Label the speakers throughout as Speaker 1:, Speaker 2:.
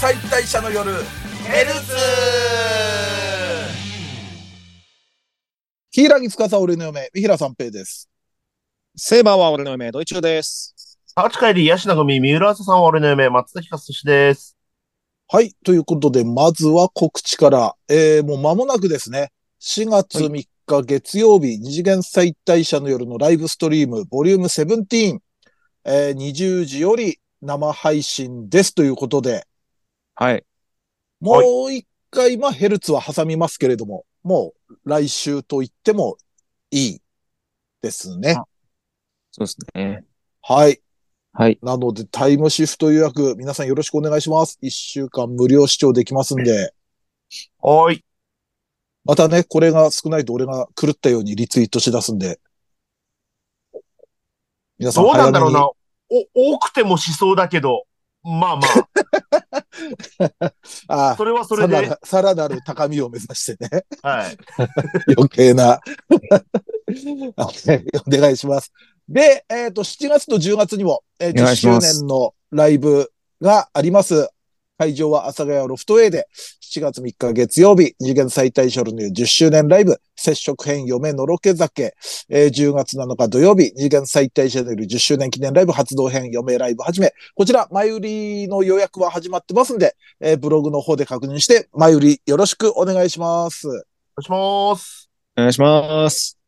Speaker 1: 解体者の夜ヘルツ
Speaker 2: ヒイラギツカサ俺の嫁、三平三平です。
Speaker 3: セーバーは俺の夢、ドイチューです。
Speaker 4: 八回り、ヤシナ組、三浦朝さんは俺の夢、松崎勝志です。
Speaker 2: はい。ということで、まずは告知から、えー、もう間もなくですね。4月3日月曜日、二次元再退社の夜のライブストリーム、ボリューム17、えー、20時より生配信ですということで、
Speaker 3: はい。
Speaker 2: もう一回、まあ、ヘルツは挟みますけれども、もう来週と言ってもいいですね。
Speaker 3: そうですね。
Speaker 2: はい。
Speaker 3: はい。
Speaker 2: なので、タイムシフト予約、皆さんよろしくお願いします。一週間無料視聴できますんで、
Speaker 4: はーい。
Speaker 2: またね、これが少ないと俺が狂ったようにリツイートし出すんで、皆さん
Speaker 4: どうなんだろう
Speaker 2: 早
Speaker 4: な。お、多くてもしそうだけど、まあまあ、
Speaker 2: め にああ
Speaker 4: それはそ
Speaker 2: さ
Speaker 4: れ
Speaker 2: ら
Speaker 4: で
Speaker 2: な、さらなる高みを目指してね、
Speaker 4: はい。
Speaker 2: 余計な。 はいお願いします。で、えっ、と、7月と10月にも、えー
Speaker 3: お願
Speaker 2: 10
Speaker 3: いし
Speaker 2: 周
Speaker 3: ます
Speaker 2: 年のライブがあります。会場は阿佐ヶ谷ロフトウェイで、7月3日月曜日、二次元再退所の10周年ライブ、接触編嫁のろけ酒、えー10月7日土曜日、二次元再退所の10周年記念ライブ発動編嫁ライブはじめ、こちら、前売りの予約は始まってますんで、えーブログの方で確認して、前売りよろしくお願いします。
Speaker 4: お願いします。
Speaker 3: お願いします。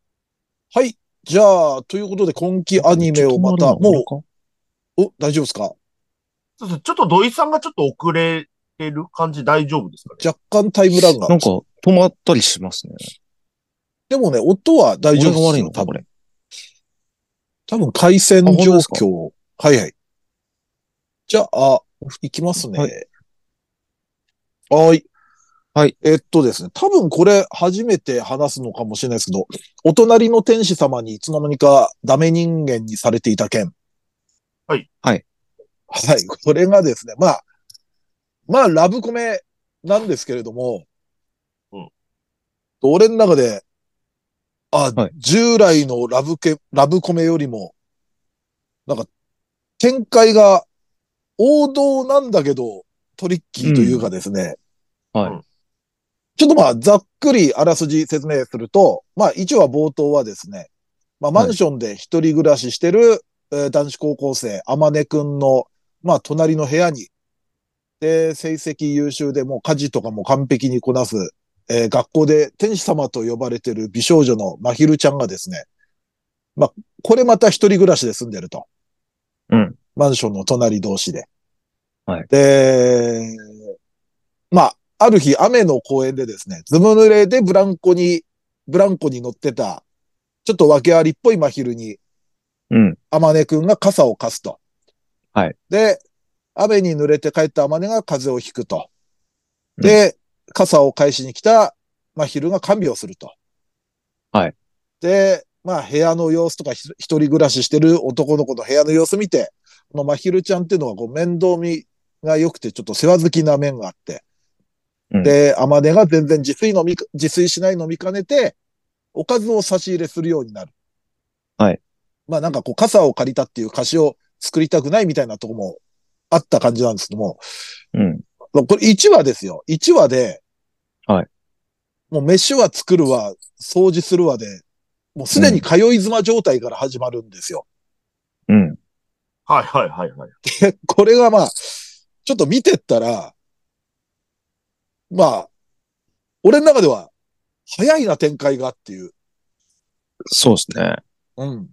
Speaker 2: はい。じゃあ、ということで、今期アニメをまた、も
Speaker 3: う。
Speaker 2: う、お、大丈夫ですか
Speaker 4: そうそうちょっと土井さんがちょっと遅れてる感じ大丈夫ですかね。
Speaker 2: 若干タイムラグが
Speaker 3: な。んか、止まったりしますね。
Speaker 2: でもね、音は大丈夫
Speaker 3: 俺が悪いのか、
Speaker 2: 多
Speaker 3: こ
Speaker 2: 分。
Speaker 3: れ。
Speaker 2: 多分、回線
Speaker 3: あ本当
Speaker 2: 状
Speaker 3: ですか
Speaker 2: 況。はいはい。じゃあ、いきますね。
Speaker 3: は
Speaker 2: はい。
Speaker 3: はい。
Speaker 2: えっとですね、多分これ初めて話すのかもしれないですけど、お隣の天使様にいつの間にかダメ人間にされていた件。
Speaker 4: はい。
Speaker 3: はい。
Speaker 2: はい。これがですね、まあ、まあ、ラブコメなんですけれども、
Speaker 4: うん。
Speaker 2: 俺の中で、あ、
Speaker 3: はい
Speaker 2: 従来のラブケ、ラブコメよりも、なんか、展開が王道なんだけど、トリッキーというかですね、
Speaker 3: はい。
Speaker 2: ちょっとまあ、ざっくりあらすじ説明すると、まあ、一話冒頭はですね、まあ、マンションで一人暮らししてる、えー男子高校生、あまねくんの、まあ、隣の部屋に、で、成績優秀でもう家事とかも完璧にこなす、えー学校で天使様と呼ばれてる美少女のまひるちゃんがですね、まあ、これまた一人暮らしで住んでると。
Speaker 3: うん。
Speaker 2: マンションの隣同士で。
Speaker 3: はい
Speaker 2: で、まあ、ある日雨の公園でですね、ずぶ濡れでブランコに、ブランコに乗ってた、ちょっと訳ありっぽい真昼に、
Speaker 3: うん。
Speaker 2: あまねくんが傘を貸すと。
Speaker 3: はい。
Speaker 2: で、雨に濡れて帰ったあまねが風邪をひくと。で、傘を返しに来た真昼が看病すると。
Speaker 3: はい。
Speaker 2: で、まあ部屋の様子とかひ一人暮らししてる男の子の部屋の様子見て、この真昼ちゃんっていうのはこう面倒見が良くてちょっと世話好きな面があって。
Speaker 3: うん
Speaker 2: で、あまねが全然自炊飲み、自炊しないの見かねて、おかずを差し入れするようになる。まあなんかこう傘を借りたっていう歌詞を作りたくないみたいなとこもあった感じなんですけども、
Speaker 3: うん。
Speaker 2: これ1話ですよ。1話で、
Speaker 3: はい。
Speaker 2: もう飯は作るわ、掃除するわで、もうすでに通い妻状態から始まるんですよ。
Speaker 3: うん。
Speaker 4: はいはいはいはい。
Speaker 2: で、これがまあ、ちょっと見てったら、まあ、俺の中では、早いな展開がっていう。
Speaker 3: そうですね。
Speaker 2: うん。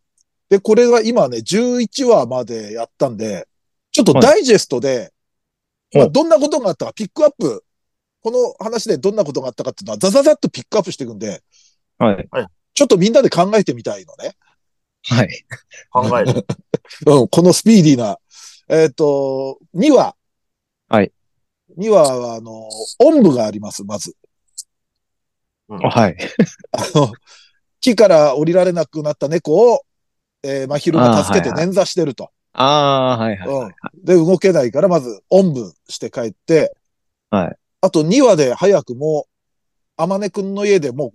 Speaker 2: で、これが今ね、11話までやったんで、ちょっとダイジェストで、
Speaker 3: はい
Speaker 2: まあ、どんなことがあったか、ピックアップ、この話でどんなことがあったかっていうのは、ザザザっとピックアップしていくんで、
Speaker 3: はい。
Speaker 2: ちょっとみんなで考えてみたいのね。
Speaker 3: はい。
Speaker 4: 考え る。
Speaker 2: うん、このスピーディーな。えっ、と、2話。
Speaker 3: はい。
Speaker 2: 2話は、あの、おんぶがあります、まず。
Speaker 4: うん
Speaker 3: はい。
Speaker 2: あの、木から降りられなくなった猫を、えー、まひるが助けて
Speaker 3: あーはい
Speaker 2: 捻挫してると。
Speaker 3: ああ、はいはい。
Speaker 2: うん。で、動けないから、まず、おんぶして帰って、
Speaker 3: はい。
Speaker 2: あと2話で早くも、あまねくんの家でも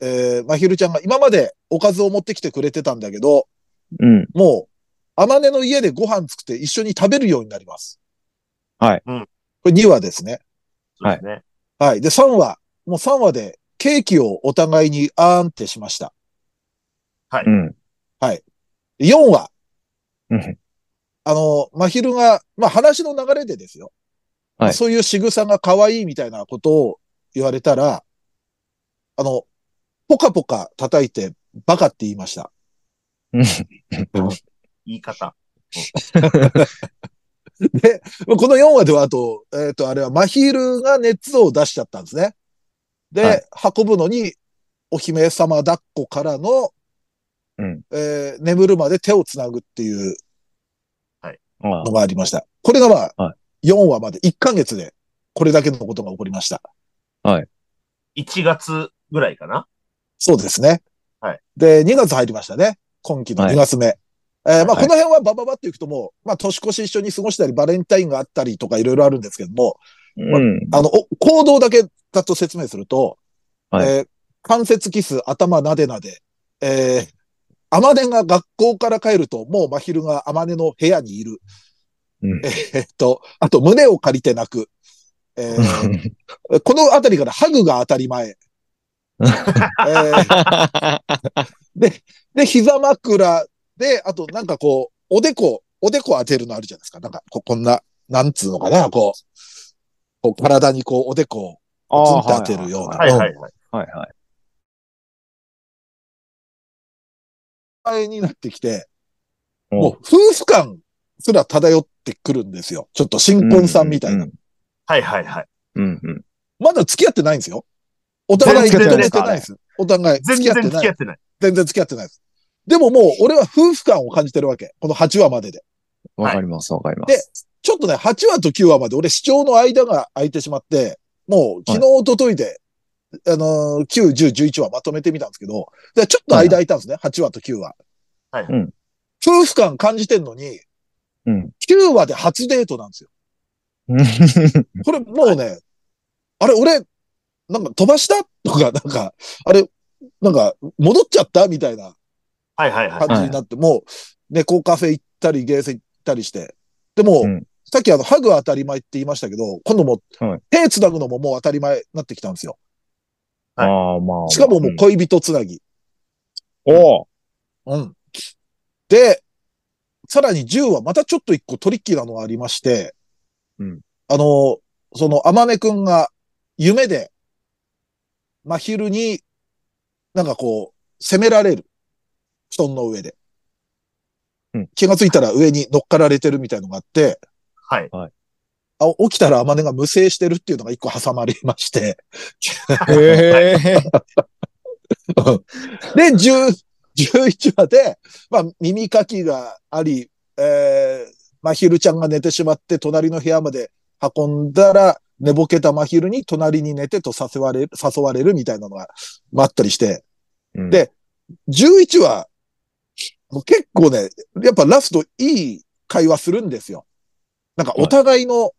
Speaker 2: う、えー、まひるちゃんが今までおかずを持ってきてくれてたんだけど、
Speaker 3: うん。
Speaker 2: もう、あまねの家でご飯作って一緒に食べるようになります。
Speaker 3: はい。
Speaker 4: うん
Speaker 2: ここれ2話ですね。
Speaker 4: そうですね。
Speaker 2: はい。で、3話。もう3話でケーキをお互いにあーんってしました。
Speaker 3: うん。
Speaker 2: 4話。
Speaker 3: うん。
Speaker 2: あの、まひるが、まあ、話の流れでですよ。
Speaker 3: はい
Speaker 2: そういう仕草が可愛いみたいなことを言われたら、あの、ポカポカ叩いてバカって言いました。
Speaker 4: 言い方。
Speaker 2: で、この4話ではあと、えっ、と、あれはマヒルが熱を出しちゃったんですね。で、
Speaker 3: はい
Speaker 2: 運ぶのに、お姫様抱っこからの、
Speaker 3: うん
Speaker 2: えー眠るまで手をつなぐっていう
Speaker 3: あ
Speaker 2: のがありました。これがまあ、
Speaker 3: は
Speaker 2: 4話まで1ヶ月で、これだけのことが起こりました。
Speaker 4: 1月ぐらいかな
Speaker 2: そうですね。
Speaker 4: はい。
Speaker 2: で、2月入りましたね。今期の2月目。えーまあ、こ
Speaker 3: はい
Speaker 2: の辺はバババっていくともう、まあ、年越し一緒に過ごしたり、バレンタインがあったりとかいろいろあるんですけども、
Speaker 3: うん。
Speaker 2: あの、お行動だけだと説明すると、
Speaker 3: はい
Speaker 2: えー関節キス、頭なでなで、えー、アマネが学校から帰ると、もう真昼がアマネの部屋にいる。
Speaker 3: うん
Speaker 2: えーっと、あと胸を借りて泣く。え ーこのあたりからハグが当たり前。 えーで、膝枕で、あとなんかこう、おでこ、おでこ当てるのあるじゃないですか。なんかこ、こんな、なんつうのかな、こう、こう体にこう、おでこをズンって当てるような。
Speaker 4: はいはいはい。
Speaker 3: はいはい。
Speaker 2: 前になってきて、
Speaker 3: も
Speaker 2: もう夫婦間すら漂ってくるんですよ。ちょっと新婚さんみたいな。。
Speaker 4: はいはいはい。
Speaker 3: うんうん。
Speaker 2: まだ付き合ってないんですよ。お互い認
Speaker 4: 全然
Speaker 2: めてないです。お互い
Speaker 4: 全
Speaker 2: 付き合
Speaker 4: 然
Speaker 2: って
Speaker 4: 付
Speaker 2: な
Speaker 4: き合
Speaker 2: い。
Speaker 4: ってない。
Speaker 2: 全然付き合ってないです。でももう俺は夫婦間を感じてるわけ。この8話までで。
Speaker 3: わかります、わかります。
Speaker 2: ちょっとね、8話と9話まで俺視聴の間が空いてしまって、もう昨日、一昨日で、あのー、9、10、11話まとめてみたんですけど、でちょっと間空いたんですね、8話と9話。
Speaker 4: はい
Speaker 3: はいうん
Speaker 2: 夫婦間感じてんのに、
Speaker 3: うん。
Speaker 2: 9話で初デートなんですよ。これもうね、あれ、俺、なんか飛ばしたとか、なんか、あれ、なんか、戻っちゃったみたいな
Speaker 4: はいはいはい。
Speaker 2: 感じになって、もう、猫カフェ行ったり、ゲーセン行ったりして。でも、
Speaker 3: うん
Speaker 2: さっきあの、ハグは当たり前って言いましたけど、今度も
Speaker 3: はい、
Speaker 2: 手繋ぐのももう当たり前になってきたんですよ。
Speaker 3: あ あ、まあ。
Speaker 2: しかももう恋人つなぎ。
Speaker 3: お
Speaker 2: うん。で、さらに10はまたちょっと一個トリッキーなのがありまして、
Speaker 3: うん
Speaker 2: あの、その、あまねくんが夢で、真昼に、なんかこう、責められる。布団の上で。
Speaker 3: うん
Speaker 2: 気がついたら上に乗っかられてるみたいのがあって、
Speaker 4: はい。
Speaker 2: あ起きたらあまねが無声してるっていうのが一個挟まれまして。
Speaker 3: へえ。
Speaker 2: で、10 11話で、まあ、耳かきがあり、えー、まひるちゃんが寝てしまって、隣の部屋まで運んだら、寝ぼけたまひるに隣に寝てと誘われる、誘われるみたいなのが、まああったりして、で11話、もう結構ね、やっぱラストいい会話するんですよ。なんかお互いの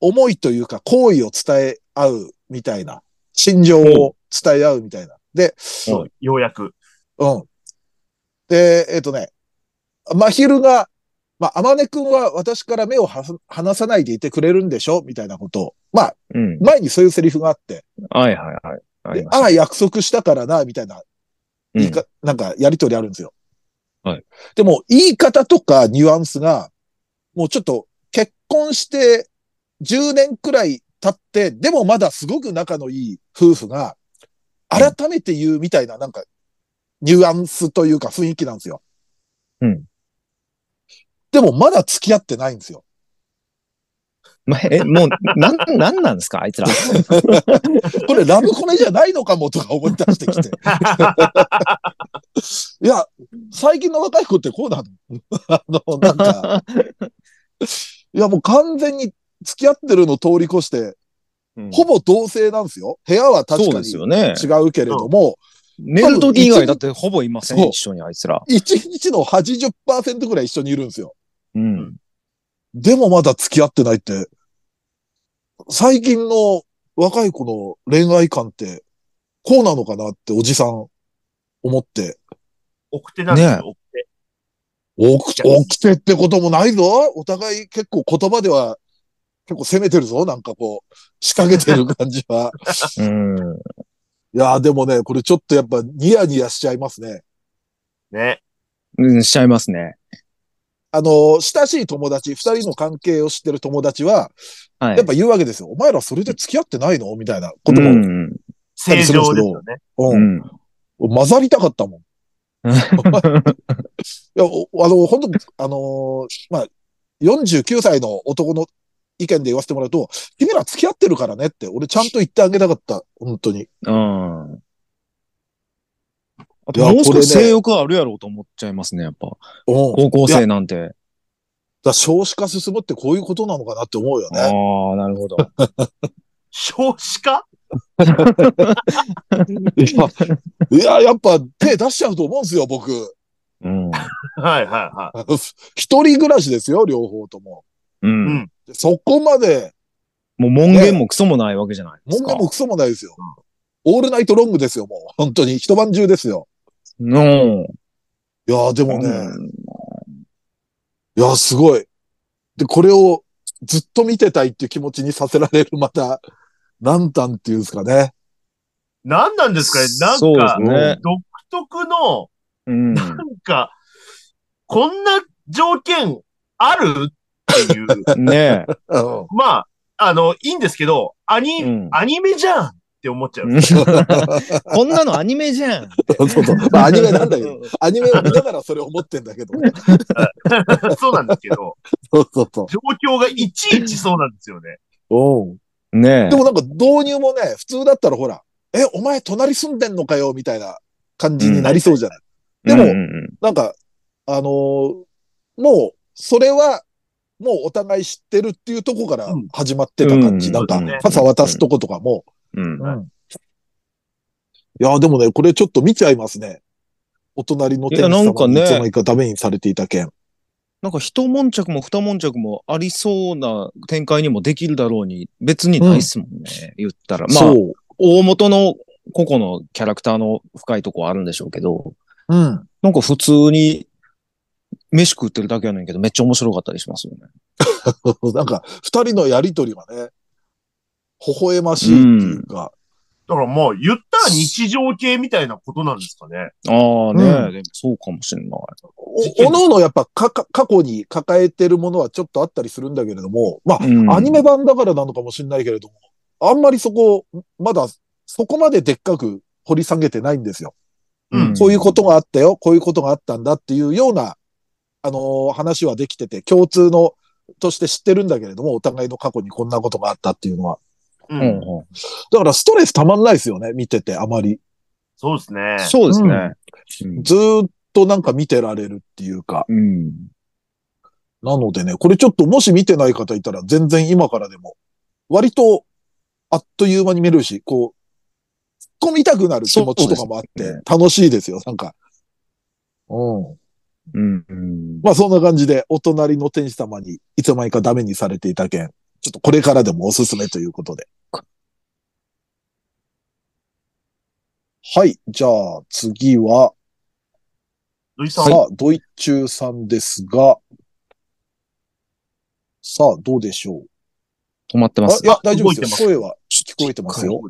Speaker 2: 思いというか、行為を伝え合うみたいな、心情を伝え合うみたいな。で、
Speaker 4: そう、ようやく。
Speaker 2: うん。で、えっ、とね、まひるが、まあ、あまねくんは私から目をはす離さないでいてくれるんでしょみたいなことを。まあ、
Speaker 3: うん。
Speaker 2: 前にそういうセリフがあって、
Speaker 3: はいはいはい。あ
Speaker 2: で
Speaker 3: りまし
Speaker 2: あ
Speaker 3: た
Speaker 2: あ、約束したからな、みたいな、
Speaker 3: う
Speaker 2: いい
Speaker 3: ん
Speaker 2: か、なんか、やりとりあるんですよ。
Speaker 3: はい。
Speaker 2: でも、言い方とかニュアンスが、もうちょっと、結婚して10年くらい経って、でもまだすごく仲のいい夫婦が、改めて言うみたいな、なんか、ニュアンスというか雰囲気なんですよ。
Speaker 3: うん。
Speaker 2: でも、まだ付き合ってないんですよ。
Speaker 3: まえ、もう、なん、 なんなんですかあいつら。
Speaker 2: これ、ラブコメじゃないのかもとか思い出してき て。いや、最近の若い子ってこうなの あの、なんか、 いや、もう完全に付き合ってるの通り越して、ほ
Speaker 3: ぼ
Speaker 2: ぼ同性なんですよ。部屋は確
Speaker 3: そう
Speaker 2: か
Speaker 3: で
Speaker 2: に
Speaker 3: す
Speaker 2: 違
Speaker 3: よね。
Speaker 2: うけれども、
Speaker 3: 寝る時以外だってほぼいません。一緒にあいつら。
Speaker 2: 1日の80%ぐらい一緒にいるんですよ。
Speaker 3: うん。
Speaker 2: でもまだ付き合ってないって、最近の若い子の恋愛観って、こうなのかなっておじさん思って、
Speaker 4: 奥手なんです
Speaker 3: ね
Speaker 4: よ、奥手。
Speaker 2: おく起きてってこともないぞお互い結構言葉では結構攻めてるぞ、なんかこう、仕掛けてる感じ は。
Speaker 3: うん。
Speaker 2: いやーでもね、これちょっとやっぱニヤニヤしちゃいますね。
Speaker 4: ね。
Speaker 3: うん、しちゃいますね。
Speaker 2: あの、親しい友達、二人の関係を知ってる友達は、
Speaker 3: はい。
Speaker 2: やっぱ言うわけですよ。お前らそれで付き合ってないのみたいなこと
Speaker 3: う
Speaker 2: も。
Speaker 3: ん。
Speaker 4: 正常ですよね。
Speaker 2: う。
Speaker 3: うんん。
Speaker 2: 混ざりたかった もん。いや、おあの、本当あのーまあ、49歳の男の意見で言わせてもらうと、君ら付き合ってるからねって、俺ちゃんと言ってあげたかった。本当に。
Speaker 3: うん。あ
Speaker 2: いや
Speaker 3: ともう
Speaker 2: これ
Speaker 3: 少
Speaker 2: ね
Speaker 3: し性欲あるやろうと思っちゃいますね、やっぱ。
Speaker 2: うん。
Speaker 3: 高校生なんて。
Speaker 2: だ少子化進むってこういうことなのかなって思うよ
Speaker 3: ああ
Speaker 2: ね。
Speaker 3: ー、なるほど。
Speaker 4: 少子化
Speaker 2: いやいや、やっぱ手出しちゃうと思うんですよ、僕。
Speaker 3: う ん。
Speaker 4: はいはいは
Speaker 2: 一人暮らしですよ、両方とも。
Speaker 3: うん。
Speaker 4: うん
Speaker 2: でそこまで、
Speaker 3: もう門限もクソもないわけじゃないです
Speaker 2: 問
Speaker 3: か。
Speaker 2: 題もクソもないですよ。オールナイトロングですよ、もう。本当に。一晩中ですよ。
Speaker 3: うん。
Speaker 2: いやー、でもね、
Speaker 3: うん
Speaker 2: いやー、すごい。で、これをずっと見てたいっていう気持ちにさせられる、また、何段っていうんですかね。
Speaker 4: い。何なんですかねなん
Speaker 3: そう
Speaker 4: か、
Speaker 3: ですね
Speaker 4: 独特の、
Speaker 3: うん。
Speaker 4: なんか、こんな条件あるっていう。
Speaker 3: ね
Speaker 2: うん。
Speaker 4: まあ、あの、いいんですけど、アニ、
Speaker 3: え。うん。
Speaker 4: アニメじゃんって思っちゃう。
Speaker 3: こんなのアニメじゃん。
Speaker 2: そうそう。まあ、アニメなんだけど、アニメを見ながらそれ思ってんだけど。
Speaker 4: そうなんですけど、
Speaker 2: そうそうそう。
Speaker 4: 状況がいちいちそうなんですよね。
Speaker 2: おう
Speaker 3: ねえ
Speaker 2: で。もなんか導入もね、普通だったらほら、え、お前隣住んでんのかよ、みたいな感じになりそうじゃない。でも
Speaker 3: うんうん
Speaker 2: なんか、あのーもう、それは、もうお互い知ってるっていうとこから
Speaker 4: うん
Speaker 2: 始まってた感じ。
Speaker 3: うん
Speaker 2: なんか
Speaker 4: そうですね、
Speaker 2: 傘渡すとことかも。
Speaker 3: うん
Speaker 2: うんいやー、でもね、これちょっと見ちゃいますね。お隣の
Speaker 3: い
Speaker 2: 店
Speaker 3: や
Speaker 2: 主
Speaker 3: なん
Speaker 2: 様
Speaker 3: か
Speaker 2: に
Speaker 3: ね
Speaker 2: いつの間にかダメにされていた件。
Speaker 3: なんか一悶着も二悶着もありそうな展開にもできるだろうに、別にないっすもんね、言ったら。まあ、
Speaker 2: そう。
Speaker 3: 大元の個々のキャラクターの深いとこはあるんでしょうけど、
Speaker 2: うん。
Speaker 3: なんか普通に飯食ってるだけやねんけど、めっちゃ面白かったりしますよね。
Speaker 2: なんか、二人のやりとりがね、微笑ましいっていうか、
Speaker 4: だからもう言ったら日常系みたいなことなんですかね。
Speaker 3: ああね、
Speaker 2: う
Speaker 3: でもそうかもしれない。
Speaker 2: お、おのおのやっぱかか過去に抱えてるものはちょっとあったりするんだけれども、まあ、
Speaker 3: うん
Speaker 2: アニメ版だからなのかもしれないけれども、あんまりそこ、まだそこまででっかく掘り下げてないんですよ。
Speaker 4: うん
Speaker 2: こういうことがあったよ、こういうことがあったんだっていうような、あのー話はできてて、共通の、として知ってるんだけれども、お互いの過去にこんなことがあったっていうのは。
Speaker 4: う。
Speaker 3: うんんうん
Speaker 2: だからストレスたまんないですよね、見てて、あまり。
Speaker 4: そうですね。
Speaker 3: そうですね。うん
Speaker 2: ずーっとなんか見てられるっていうか。
Speaker 3: うん。
Speaker 2: なのでね、これちょっともし見てない方いたら全然今からでも、割とあっという間に見れるし、こう、突っ込みたくなる気持ちとかもあっ
Speaker 3: そうで
Speaker 2: て
Speaker 3: すね、
Speaker 2: 楽しいですよ、なんか。うん。
Speaker 3: うんうん。
Speaker 2: まあそんな感じで、お隣の天使様にいつの間にかダメにされていた件、ちょっとこれからでもおすすめということで。はい、じゃあ次は、
Speaker 4: 土井さ
Speaker 2: さ
Speaker 4: ん、
Speaker 2: あ、ドイチューさんですが、さあ、どうでしょう
Speaker 3: 止まってま
Speaker 2: あ
Speaker 3: す
Speaker 2: い。や、大丈夫ですよ。声
Speaker 4: 動
Speaker 2: は聞こえてますよ。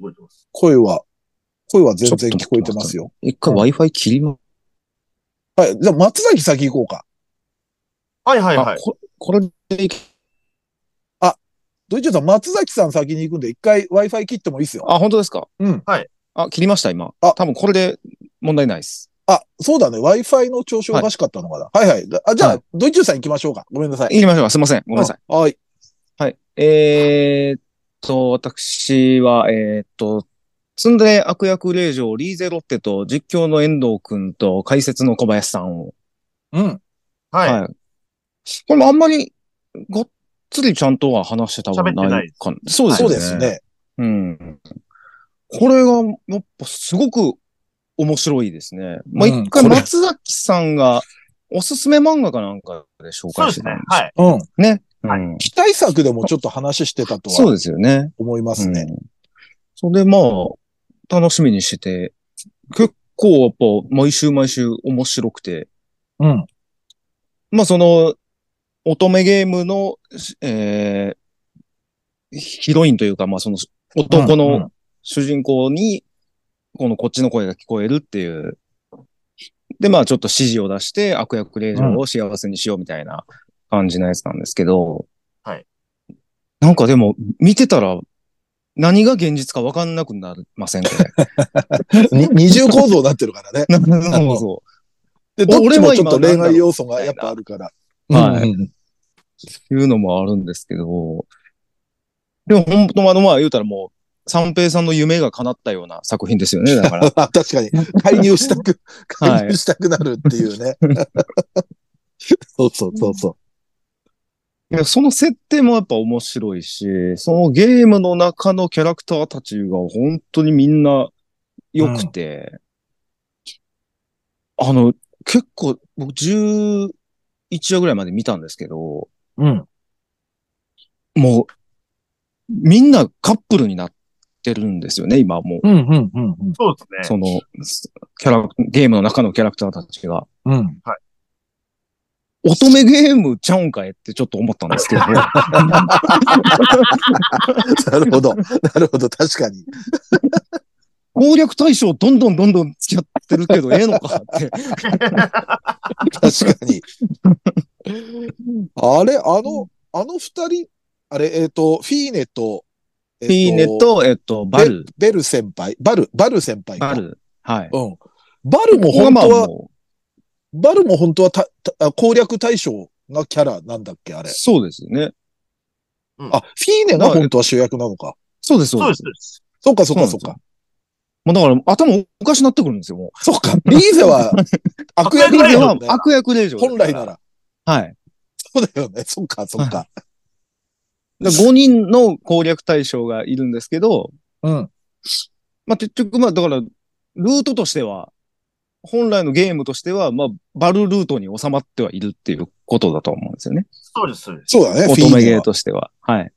Speaker 4: 覚えてます
Speaker 2: 声は、声は全然聞こえてますよ。
Speaker 3: 一回 Wi-Fi 切りま、
Speaker 2: はい。じゃあ、松崎先行こうか。
Speaker 4: はいはい
Speaker 3: あ
Speaker 4: はい。
Speaker 3: ここれでいけ、
Speaker 2: ドイツさん、松崎さん先に行くんで、一回 Wi-Fi 切ってもいいですよ。
Speaker 3: あ、本当ですか
Speaker 2: うん
Speaker 4: はい。
Speaker 3: あ、切りました、今。
Speaker 2: あ
Speaker 3: 多分これで問題ないです。
Speaker 2: あ、そうだね。Wi-Fi の調子おかしかったのかな。はい、はい、あ、じゃあ、
Speaker 3: は
Speaker 2: ドイツさん行きましょうか。ごめんなさい。
Speaker 3: 切りましょうか。すいません。ごめんなさい。
Speaker 2: うんはい。
Speaker 3: はい。えー、っと、私は、えー、っと、ツンデレ悪役令嬢リーゼロッテと実況の遠藤くんと解説の小林さんを。
Speaker 2: うん。
Speaker 4: はい。
Speaker 3: これもあんまり、ごっつりちゃんとは話してたことないかな。そうです
Speaker 2: そ
Speaker 3: ね。
Speaker 2: うです。ね。
Speaker 3: うん。これが、やっぱすごく面白いですね。まあ、
Speaker 2: うん
Speaker 3: 一回
Speaker 2: これ
Speaker 3: 松崎さんが、おすすめ漫画かなんかで紹
Speaker 4: そう
Speaker 3: 介
Speaker 4: で
Speaker 3: して
Speaker 4: す
Speaker 3: た
Speaker 4: ね
Speaker 3: んで。
Speaker 4: はい。
Speaker 2: うん。
Speaker 3: す
Speaker 4: は
Speaker 3: ね。
Speaker 2: 期待作でもちょっと話してたと
Speaker 3: そう
Speaker 2: は
Speaker 3: ですよね。
Speaker 2: 思いますね。
Speaker 3: うん。それでまあ、楽しみにしてて、結構やっぱ毎週毎週面白くて、
Speaker 2: うん。
Speaker 3: まあその、乙女ゲームの、しえーヒロインというか、まあその男
Speaker 2: うんう
Speaker 3: の
Speaker 2: ん
Speaker 3: 主人公に、このこっちの声が聞こえるっていう。で、まあちょっと指示を出して悪役令嬢を幸せにしようみたいな感じのやつなんですけど。
Speaker 4: はい。
Speaker 3: なんかでも、見てたら、何が現実かわかんなくなりませんこれ。
Speaker 2: に二重構造になってるから ね。
Speaker 3: なるほど。
Speaker 2: で、どっちもちょっと恋愛要素がやっぱあるから。
Speaker 3: 俺は今なんだろ
Speaker 2: う
Speaker 3: う
Speaker 2: んうんうん
Speaker 3: いうのもあるんですけど、でも本当あの、まあ言うたらもう、三平さんの夢が叶ったような作品ですよね、だから。
Speaker 2: あ確かに。介入したく、
Speaker 3: はい
Speaker 2: 介入したくなるっていう ね。そうそうそうそ
Speaker 3: いやその設定もやっぱ面白いし、そのゲームの中のキャラクターたちが本当にみんな良くて、あの、結構、僕11話ぐらいまで見たんですけど、
Speaker 2: う。うん。
Speaker 3: もう、みんなカップルになってるんですよね、今もう。
Speaker 2: うん、うん、うん、
Speaker 4: そうですね。
Speaker 3: その、キャラ、ゲームの中のキャラクターたちが。
Speaker 2: うん。うん。
Speaker 3: 乙女ゲームちゃうんかいってちょっと思った んですけど。
Speaker 2: なるほど。なるほど。確かに。
Speaker 3: 攻略対象どんどんどんどん付き合ってるけど、ええのかって。
Speaker 2: 確かに。あれ、あの、あの二人、あれ、えっ、と、フィーネと、 えー
Speaker 3: ピーネ、と、えっと、バル。
Speaker 2: ベル先輩、バル、バル先輩か
Speaker 3: バ。ル。はい。
Speaker 2: うん。バルも本
Speaker 3: まあ
Speaker 2: 当は、
Speaker 3: も
Speaker 2: バルも本当はたたあ攻略対象なキャラなんだっけ、あ
Speaker 3: う
Speaker 2: れ。
Speaker 3: そうですよね。
Speaker 2: あ、フィーネが本当は主役なのか。
Speaker 3: そうです、
Speaker 4: そ
Speaker 3: そうう
Speaker 4: で
Speaker 3: ですす。
Speaker 4: そうです。
Speaker 2: そっかそっかそ
Speaker 3: そ
Speaker 2: っ
Speaker 3: う
Speaker 2: か。
Speaker 3: もうだから頭おかしなってくるんですよ、も
Speaker 2: そっか。リーゼ は悪役
Speaker 4: 悪
Speaker 3: う。
Speaker 2: だ
Speaker 4: 役
Speaker 2: よ
Speaker 3: は
Speaker 2: ね。
Speaker 3: 悪役令嬢です
Speaker 2: 本
Speaker 3: から。
Speaker 2: 来なら。
Speaker 3: はい。
Speaker 2: そうだよね。そっかそっか。
Speaker 3: 5人の攻略対象がいるんですけど、
Speaker 2: うん。
Speaker 3: まあ、結局、まあ、だから、ルートとしては、本来のゲームとしては、まあ、バルルートに収まってはいるっていうことだと思うんですよね。
Speaker 4: そうです。そうです
Speaker 2: そうだね、
Speaker 3: 乙
Speaker 2: フィー
Speaker 3: 女
Speaker 2: ネ
Speaker 3: ゲ
Speaker 2: は
Speaker 3: ー。としては。はい。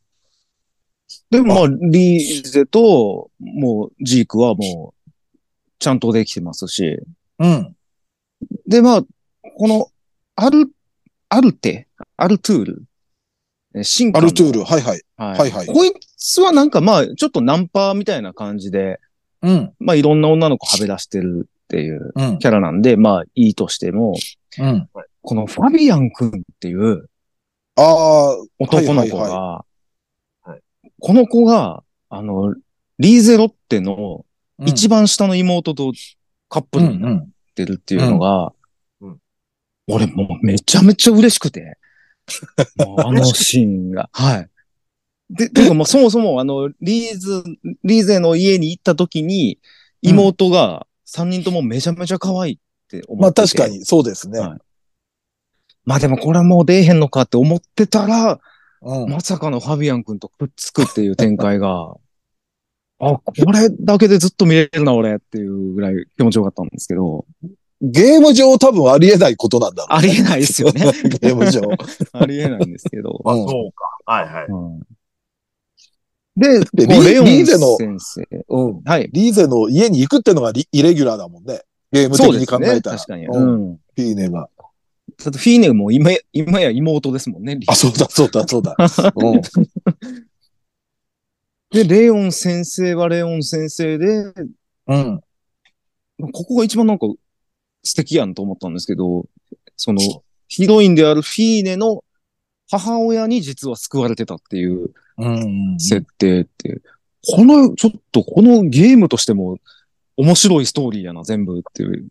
Speaker 3: で、まあ、リーゼと、もう、ジークはもう、ちゃんとできてますし。
Speaker 2: うん。
Speaker 3: で、まあ、この、アル、アルテ、アルトゥール、え進化
Speaker 2: ア
Speaker 3: の
Speaker 2: ルトゥール。はいはい。
Speaker 3: はい。
Speaker 2: はいはい
Speaker 3: こいつはなんかまあ、ちょっとナンパみたいな感じで、
Speaker 2: うん。
Speaker 3: まあ、いろんな女の子はべ出してるっていう
Speaker 2: うん。
Speaker 3: キャラなんで、まあ、いいとしても、
Speaker 2: うん。
Speaker 3: このファビアン君っていう、
Speaker 2: ああ、
Speaker 3: 男の子
Speaker 2: はいはい
Speaker 3: が
Speaker 4: いはい、
Speaker 3: この子が、あの、リーゼロッテの
Speaker 2: うん
Speaker 3: 一番下の妹とカップルになっ
Speaker 2: ん。
Speaker 3: てるっていうのが
Speaker 4: うんうん、
Speaker 3: 俺もうめちゃめちゃ嬉し くて、もうあのシーンが。はい。で、てかもうそもそもあの、リーズ、リーゼの家に行った時に、
Speaker 2: うん
Speaker 3: 妹が三人ともめちゃめちゃ可愛いって思ってて。
Speaker 2: まあ確か。に、そうですね。
Speaker 3: はいまあでもこれはもう出えへんのかって思ってたら、
Speaker 2: うん。
Speaker 3: まさかのファビアン君とくっつくっていう展開 が、あ、これだけでずっと見れるな、俺っていうぐらい気持ちよかったんですけど、
Speaker 2: ゲーム上多分ありえないことなんだろう。
Speaker 3: ありえないですよね
Speaker 2: ゲーム上。
Speaker 3: ありえないんですけど。
Speaker 2: う
Speaker 4: そうか。はいはい。
Speaker 3: うんで、
Speaker 2: で
Speaker 3: こう
Speaker 2: リ
Speaker 3: レオ
Speaker 2: リー
Speaker 3: ン
Speaker 2: ゼの
Speaker 3: 先生。
Speaker 2: ん。うん。
Speaker 3: はい。
Speaker 2: リーゼの家に行くってのがリイレギュラーだもんね。ゲーム的
Speaker 3: そうで
Speaker 2: に
Speaker 3: す
Speaker 2: 考
Speaker 3: ね。
Speaker 2: えたら。
Speaker 3: 確かに。
Speaker 2: う。
Speaker 3: うんん。
Speaker 2: フィーネが。
Speaker 3: だってフィーネも今や、今や妹ですもんね。リーゼ
Speaker 2: あ、そうだ、そうだ、 そうだ。うん。
Speaker 3: で、レオン先生はレオン先生で、
Speaker 2: うん。
Speaker 3: ここが一番なんか素敵やんと思ったんですけど、その、ヒロインであるフィーネの母親に実は救われてたっていう
Speaker 2: うん。
Speaker 3: 設定って、この、ちょっとこのゲームとしても面白いストーリーやな、全部っていう。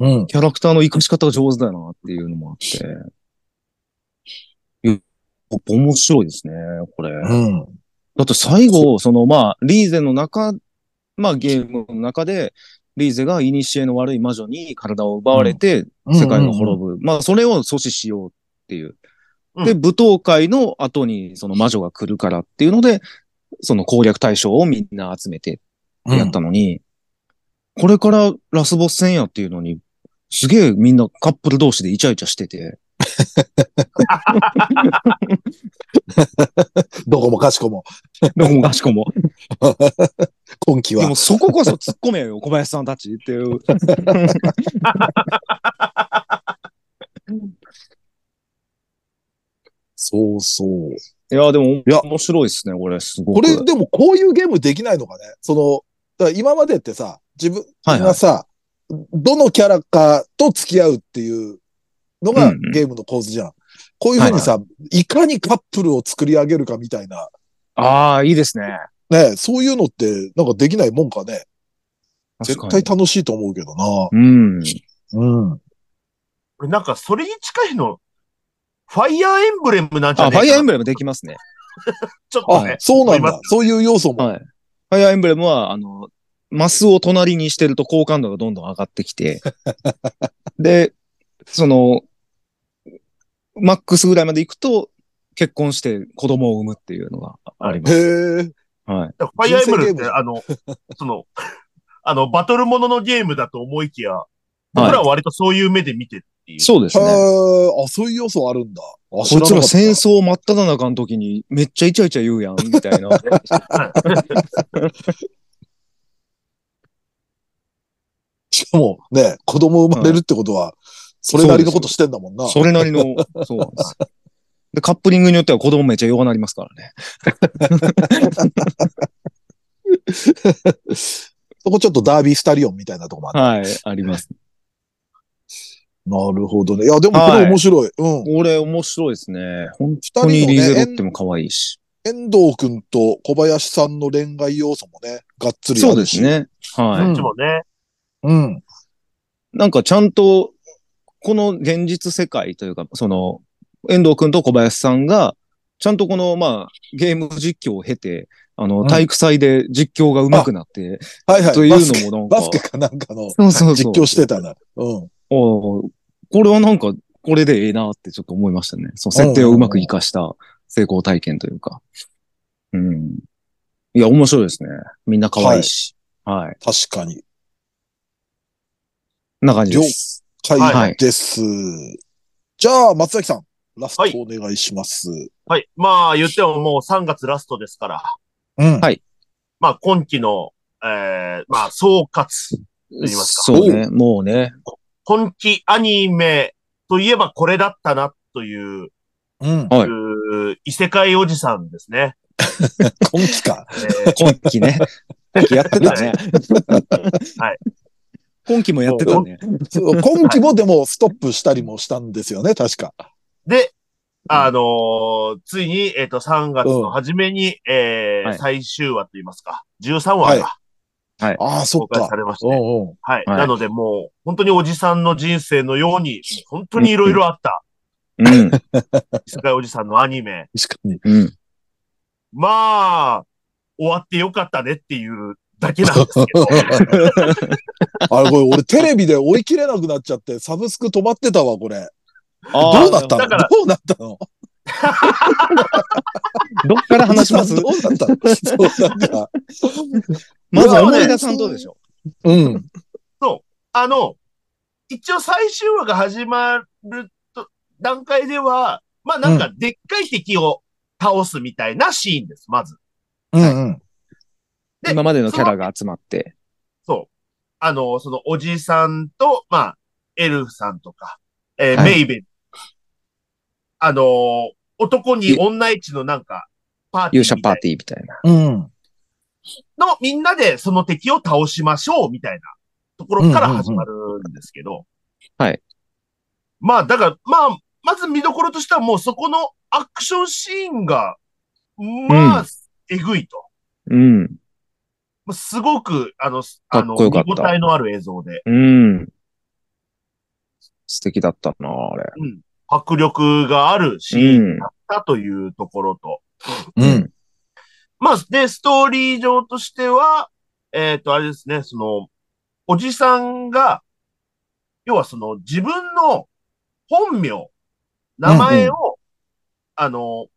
Speaker 2: うん。
Speaker 3: キャラクターの生かし方が上手だなっていうのもあって。いや面白いですね、これ。
Speaker 2: うん。
Speaker 3: だって最後、そのまあ、リーゼの中、まあゲームの中で、リーゼが古の悪い魔女に体を奪われて、世界が滅ぶ。まあ、それを阻止しようっていう。で、
Speaker 4: う
Speaker 3: 舞踏会の後にその魔女が来るからっていうので、その攻略対象をみんな集めて
Speaker 2: うん
Speaker 3: やったのに、これからラスボス戦やっていうのに、すげえみんなカップル同士でイチャイチャしてて、
Speaker 2: どこもかしこも。
Speaker 3: どこもかしこも。
Speaker 2: 今季
Speaker 3: で
Speaker 2: は
Speaker 3: も。そここそ突っ込めよ、小林さんたちっていう。
Speaker 2: そうそう。
Speaker 3: いや、でも、
Speaker 2: や
Speaker 3: 面白いですね、これ、すご
Speaker 2: こ
Speaker 3: く。
Speaker 2: れでもこういうゲームできないのかねその、だから今までってさ、自分
Speaker 3: はいは
Speaker 2: が
Speaker 3: い。
Speaker 2: さ、どのキャラかと付き合うっていうの
Speaker 3: う
Speaker 2: が
Speaker 3: んうん
Speaker 2: ゲームの構図じゃん。こういうふうにさ、いかにカップルを作り上げるかみたいな、
Speaker 3: ああ、いいですね。
Speaker 2: ね、そういうのってなんかできないもんかね。
Speaker 3: 確
Speaker 2: 絶
Speaker 3: か
Speaker 2: 対
Speaker 3: に。
Speaker 2: 楽しいと思うけどな。
Speaker 3: う
Speaker 2: う
Speaker 3: ん。
Speaker 2: ん。
Speaker 4: 俺なんかそれに近いの、ファイアーエンブレムなんじゃ
Speaker 3: あ、
Speaker 4: ね
Speaker 3: ファイアーエン
Speaker 4: ブレム
Speaker 3: ブレムできますね。
Speaker 4: ちょっと
Speaker 2: あ
Speaker 4: ね、。
Speaker 2: そうな
Speaker 4: 思
Speaker 2: ん
Speaker 4: い
Speaker 2: だ
Speaker 4: ま。
Speaker 2: そういう要素も。
Speaker 3: はい。ファイアーエンブレムは、あの、マスを隣にしてると好感度がどんどん上がってき て、で、その、マックスぐらいまで行くと、結婚して子供を産むっていうのがありま
Speaker 2: へ
Speaker 3: す。
Speaker 2: え。
Speaker 3: はい。
Speaker 4: ファイアーエンブレムっ
Speaker 2: 人生ゲーム
Speaker 4: て
Speaker 2: じゃ
Speaker 4: あの、 その、あの、バトルもののゲームだと思いきや、僕ら
Speaker 3: は
Speaker 4: は割とそういう目で見てるってい
Speaker 3: い。
Speaker 4: う。
Speaker 3: そうです
Speaker 2: へ
Speaker 3: ね。
Speaker 2: ーあ、そういう要素あるんだ。あ、
Speaker 3: こいつら戦
Speaker 2: ンス
Speaker 3: 争真っ只中の時にめっちゃイチャイチャ言うやん、みたいな。
Speaker 2: しかもね、子供生まれるってことは、それなりのことしてんだもんな。
Speaker 3: それなり の、そうなんですよ。で、カップリングによっては子供めっちゃ弱なりますからね。
Speaker 2: そこちょっとダービースタリオンみたいなとこもある。
Speaker 3: はい、あります。
Speaker 2: なるほどね。いや、でもこ
Speaker 3: はい
Speaker 2: れ面白い。うん。
Speaker 3: これ面白いですね。本
Speaker 2: 二
Speaker 3: 当にリーゼロ
Speaker 2: 人
Speaker 3: っ
Speaker 2: のね、
Speaker 3: ても可愛いし。
Speaker 2: 遠藤くんと小林さんの恋愛要素もね、がっつりあ
Speaker 3: そう
Speaker 2: る
Speaker 3: で
Speaker 2: し。
Speaker 3: す。ね。はい。
Speaker 4: こっちもね。
Speaker 2: うん。
Speaker 3: なんかちゃんと、この現実世界というか、その、遠藤くんと小林さんが、ちゃんとこの、まあ、ゲーム実況を経て、あ
Speaker 2: う
Speaker 3: の、
Speaker 2: ん
Speaker 3: 体育祭で実況が上手くなって、
Speaker 2: はいはい。
Speaker 3: という
Speaker 2: バスケ
Speaker 3: のもなんか
Speaker 2: バスケかなんかの
Speaker 3: そうそうそう
Speaker 2: 実況してたな。うん。
Speaker 3: おーこれはなんか、これでええなってちょっと思いましたね。その設定をうまく活かした成功体験というか。うん。いや、面白いですね。みんな可愛いし。はい。
Speaker 2: 確かに。
Speaker 3: こんな感じです。は
Speaker 2: はいい。です。じゃあ、松崎さん、ラスト
Speaker 4: はい
Speaker 2: お願いします。
Speaker 4: はい。まあ言ってももう3月ラストですから。
Speaker 2: うん。
Speaker 3: はい
Speaker 4: まあ今期の、えー、まあ総括。言いますか
Speaker 3: そうね。もうね。
Speaker 4: 今期アニメといえばこれだったなという、
Speaker 2: うん。
Speaker 3: はいう
Speaker 4: ー異世界おじさんですね。
Speaker 2: 今期か。
Speaker 4: えー
Speaker 3: 今期ね。 今期やってたね。
Speaker 4: はい。
Speaker 3: 今期もやってたね。
Speaker 2: そう今期もでもストップしたりもしたんですよね、確か。
Speaker 4: で、あのーついに、えっ、と、3月の初めに、えー
Speaker 3: はい
Speaker 4: 最終話といいますか、13話が
Speaker 2: ああ、そ
Speaker 4: 公
Speaker 2: っ
Speaker 4: 開
Speaker 2: か
Speaker 4: さ。れまして、
Speaker 2: うん
Speaker 4: はい、
Speaker 2: うん。
Speaker 3: はい
Speaker 4: なのでもう、本当におじさんの人生のように、本当にいろいろあった、
Speaker 3: うん。
Speaker 4: 異世界おじさんのアニメ。
Speaker 2: 確かに。
Speaker 3: うん。
Speaker 4: まあ、終わってよかったねっていうだけなんですけ ど。
Speaker 2: あれ、これ、俺テレビで追い切れなくなっちゃって、サブスク止まってたわ、これ。
Speaker 3: あー
Speaker 2: どうなったの
Speaker 4: だから
Speaker 2: どうなったの
Speaker 3: どっから話しま す
Speaker 2: どうなったの そう、なんか。
Speaker 3: まず思い出さんとでしょ。
Speaker 2: うん。
Speaker 4: あの、一応最終話が始まると段階では、まあなんかでっかい敵を倒すみたいなシーンです、まず。
Speaker 2: うんうん。
Speaker 4: で
Speaker 3: 今までのキャラが集まって。
Speaker 4: そう。あの、そのおじさんと、まあ、エルフさんとか、えー
Speaker 3: はい
Speaker 4: メイベン。あのー男に女一のなんか、パーティー
Speaker 3: 勇
Speaker 4: みた
Speaker 3: 者
Speaker 4: い
Speaker 3: パーティーみたいな。
Speaker 2: うん。
Speaker 4: のみんなでその敵を倒しましょうみたいなところから始まるんですけど。
Speaker 3: はい。
Speaker 4: まあ、だから、まあ、まず見どころとしてはもうそこのアクションシーンが、まあ、
Speaker 3: うん
Speaker 4: えぐいと。
Speaker 3: うん。
Speaker 4: もうすごく、あの、す
Speaker 3: か
Speaker 4: あ
Speaker 3: っ
Speaker 4: の、
Speaker 3: こよかっ
Speaker 4: 見
Speaker 3: た
Speaker 4: 応えのある映像で、
Speaker 3: うん。素敵だったな、あれ。
Speaker 4: うん迫力があるシーンだったというところと。
Speaker 2: うん。。
Speaker 4: まあ、で、ストーリー上としては、えっ、と、あれですね、その、おじさんが、要はその、自分の本名、名前を、あの、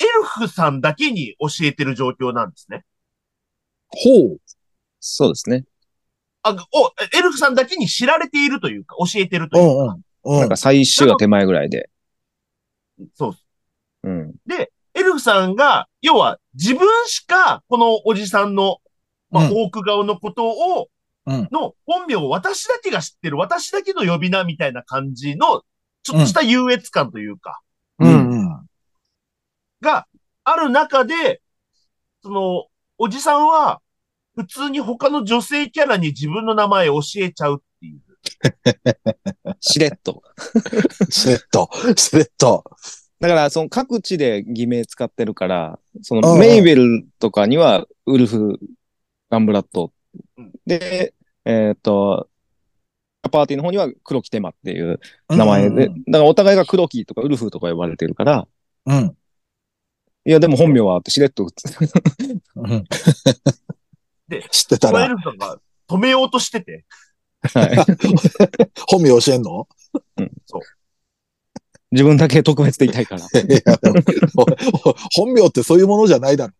Speaker 4: エルフさんだけに教えてる状況なんですね。
Speaker 2: ほう。
Speaker 3: そうですね。
Speaker 4: あ、お、エルフさんだけに知られているというか、教えてると
Speaker 2: う
Speaker 4: いうか、
Speaker 2: んうん。う
Speaker 3: なん
Speaker 2: ん
Speaker 3: か。最終は手前ぐらいで。
Speaker 4: そう。
Speaker 3: うん。
Speaker 4: エルフさんが、要は自分しか、このおじさんの、まあ、
Speaker 2: うん
Speaker 4: オーク顔のことを、
Speaker 2: うん
Speaker 4: の本名を私だけが知ってる、私だけの呼び名みたいな感じの、ちょっとした優越感というか、
Speaker 2: うんうん。
Speaker 4: が、ある中で、その、おじさんは、普通に他の女性キャラに自分の名前を教えちゃうっていう。
Speaker 3: しれっと。
Speaker 2: スレッド、スレッド。
Speaker 3: だから、その各地で偽名使ってるから、そ
Speaker 2: うんう
Speaker 3: の
Speaker 2: ん
Speaker 3: メイベルとかにはウルフ・ガンブラッド
Speaker 4: うん。
Speaker 3: で、えーっと、パーティーの方には黒木テマっていう名前で、だからお互いが黒木とかウルフとか呼ばれてるから、
Speaker 2: うん。
Speaker 3: いやでも本名はしれっと
Speaker 2: うん。
Speaker 4: で
Speaker 2: 知ってた
Speaker 4: バエ
Speaker 2: ら、
Speaker 4: ルさんが止めようとしてて、
Speaker 3: はい
Speaker 2: 本名教えんの
Speaker 3: 自分だけ特別でいたいから。
Speaker 2: いやほほ本名ってそういうものじゃないだろ。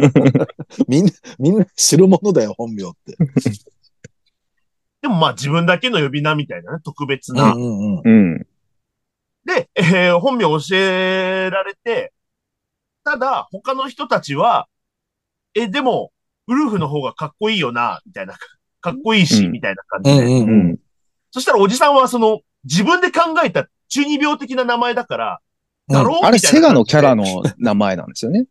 Speaker 2: みんな、みんな知るものだよ、本名って。
Speaker 4: でもまあ自分だけの呼び名みたいなね、特別
Speaker 2: う
Speaker 4: な。
Speaker 2: んうんうん。
Speaker 3: うん。
Speaker 4: で、えー本名教えられて、ただ、他の人たちは、え、でも、ウルフの方がかっこいいよな、みたいな、かっこいいし、
Speaker 3: うん
Speaker 4: みたいな感
Speaker 2: う
Speaker 4: じで。
Speaker 2: んう
Speaker 3: うん
Speaker 2: うん。
Speaker 3: ん。
Speaker 4: そしたらおじさんは、その、自分で考えた中二病的な名前だから、
Speaker 2: うん
Speaker 4: だろう
Speaker 3: あれ、
Speaker 4: みたいな
Speaker 3: セガのキャラの名前なんですよね。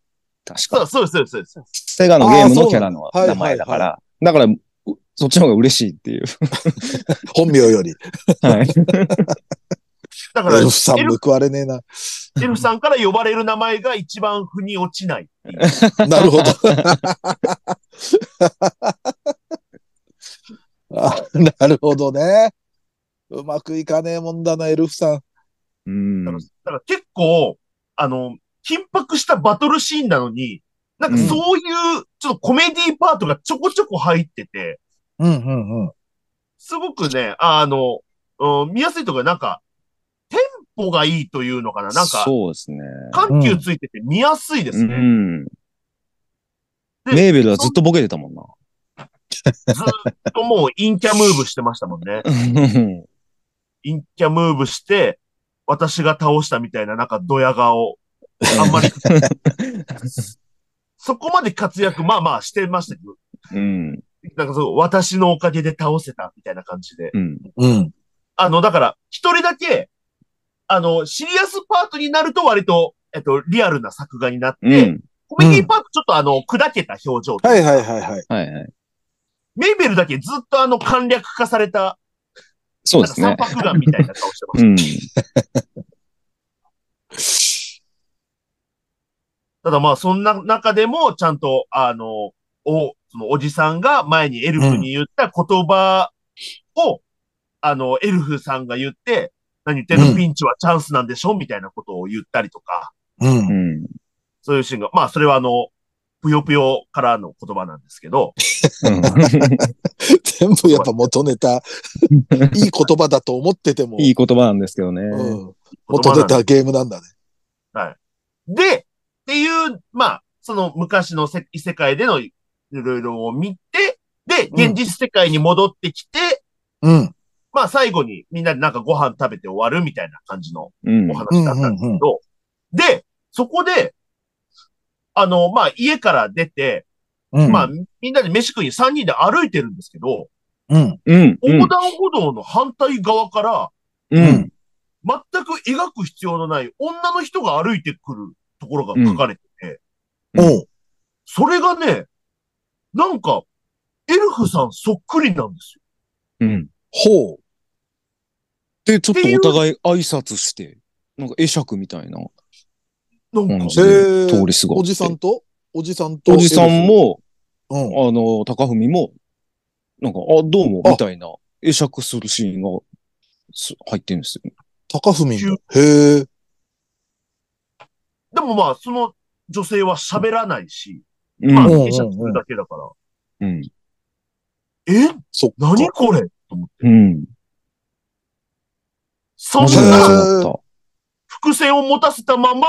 Speaker 3: 確
Speaker 4: そ
Speaker 3: か
Speaker 4: う。そうです、そうです、そうです。
Speaker 3: セガのゲームのキャラの名前だか
Speaker 2: あ
Speaker 3: ら。だから、うそっちの方が嬉しいっていう。
Speaker 2: 本名より。
Speaker 3: はい。
Speaker 4: だか
Speaker 2: エ
Speaker 4: ら、エ
Speaker 2: ルフさん
Speaker 4: ル
Speaker 2: 報われねえな。
Speaker 4: エルフさんから呼ばれる名前が一番腑に落ちないっていう。
Speaker 2: なるほど。あなるほどね。うまくいかねえもんだな、エルフさん。
Speaker 3: うん。
Speaker 4: だから結構、あの、緊迫したバトルシーンなのに、なんかそういう、ちょっとコメディーパートがちょこちょこ入ってて、
Speaker 2: うんうんうん。
Speaker 4: すごくね、あの、うん、見やすいとか、なんか、テンポがいいというのかな。なんか、
Speaker 3: そうですね。
Speaker 4: 緩急ついてて見やすいで
Speaker 3: う
Speaker 4: すね。
Speaker 3: ん。
Speaker 4: で
Speaker 3: メーベルはずっとボケてたも んな。
Speaker 4: ずっともう陰キャムーブしてましたもんね。陰キャムーブして、私が倒したみたいな、なんかドヤ顔。あん まり、そこまで活躍、まあまあしてましたけど、
Speaker 3: うん。
Speaker 4: なんかそう、私のおかげで倒せたみたいな感じで。
Speaker 3: うん。
Speaker 2: うん。
Speaker 4: あの、だから、一人だけ、あの、シリアスパートになると割と、えっと、リアルな作画になって、
Speaker 3: うん。
Speaker 4: コメディーパートちょっとあの、砕けた表情。
Speaker 2: はいはいはいはい。
Speaker 3: はいはい。
Speaker 4: メイベルだけずっとあの、簡略化された、
Speaker 3: そうです
Speaker 4: な
Speaker 3: ね
Speaker 4: ん。か三白眼みたいな顔してま
Speaker 3: う
Speaker 4: した。
Speaker 3: ん。
Speaker 4: ただまあ、そんな中でも、ちゃんと、あの、お、そのおじさんが前にエルフに言った言葉を、あの、エルフさんが言って、何言ってる、
Speaker 2: うん
Speaker 4: ピンチはチャンスなんでしょみたいなことを言ったりとか。
Speaker 2: うん
Speaker 3: う。ん。
Speaker 4: そういうシーンが、まあ、それはあの、ぷよぷよからの言葉なんですけど、
Speaker 2: 全部やっぱ元ネタ、いい言葉だと思ってても、
Speaker 3: いい言葉なんですけどね。
Speaker 2: うん、
Speaker 4: 言
Speaker 2: 元
Speaker 4: 葉な
Speaker 2: ネ
Speaker 4: んで
Speaker 2: タゲームなんだね。
Speaker 4: で、っていう、まあ、その昔のせ異世界でのいろいろを見て、で、
Speaker 2: うん
Speaker 4: 現実世界に戻ってきて、
Speaker 2: うん。
Speaker 4: まあ、最後にみんなでなんかご飯食べて終わるみたいな感じの
Speaker 3: うん
Speaker 4: お。話だったんですけど、で、そこで、あの、まあ、家から出て、
Speaker 2: うん。
Speaker 4: まあ、みんなで飯食いに3人で歩いてるんですけど、
Speaker 2: うん。
Speaker 3: うん。う
Speaker 4: 横
Speaker 3: ん。
Speaker 4: 断歩道の反対側から、
Speaker 3: うん。
Speaker 4: 全く描く必要のない女の人が歩いてくるところが書かれてて、
Speaker 2: おう。
Speaker 4: それがね、なんか、エルフさんそっくりなんですよ。
Speaker 3: うん。
Speaker 2: ほう。
Speaker 3: で、ちょっとお互い挨拶して、なんか会釈みたいな。
Speaker 4: なんか、
Speaker 3: うん
Speaker 4: そ
Speaker 2: へー
Speaker 3: 通りすごい
Speaker 2: おじさんとおじさんと。
Speaker 3: おじさん。も、
Speaker 2: うん。
Speaker 3: あの、高文も、なんか、あ、どうも、
Speaker 2: あ
Speaker 3: みたいな、会釈するシーンがす入ってるんですよ。
Speaker 2: 高文も。へえ。
Speaker 4: でもまあ、その女性は喋らないし、
Speaker 3: う
Speaker 4: まあ、
Speaker 2: うん
Speaker 4: 会釈するだけだから、
Speaker 3: ん。
Speaker 4: え
Speaker 2: そっか。
Speaker 4: 何これと思って。
Speaker 3: うん。
Speaker 4: そん
Speaker 3: 初めて
Speaker 4: な
Speaker 3: だっ
Speaker 4: 伏線を持たせたまま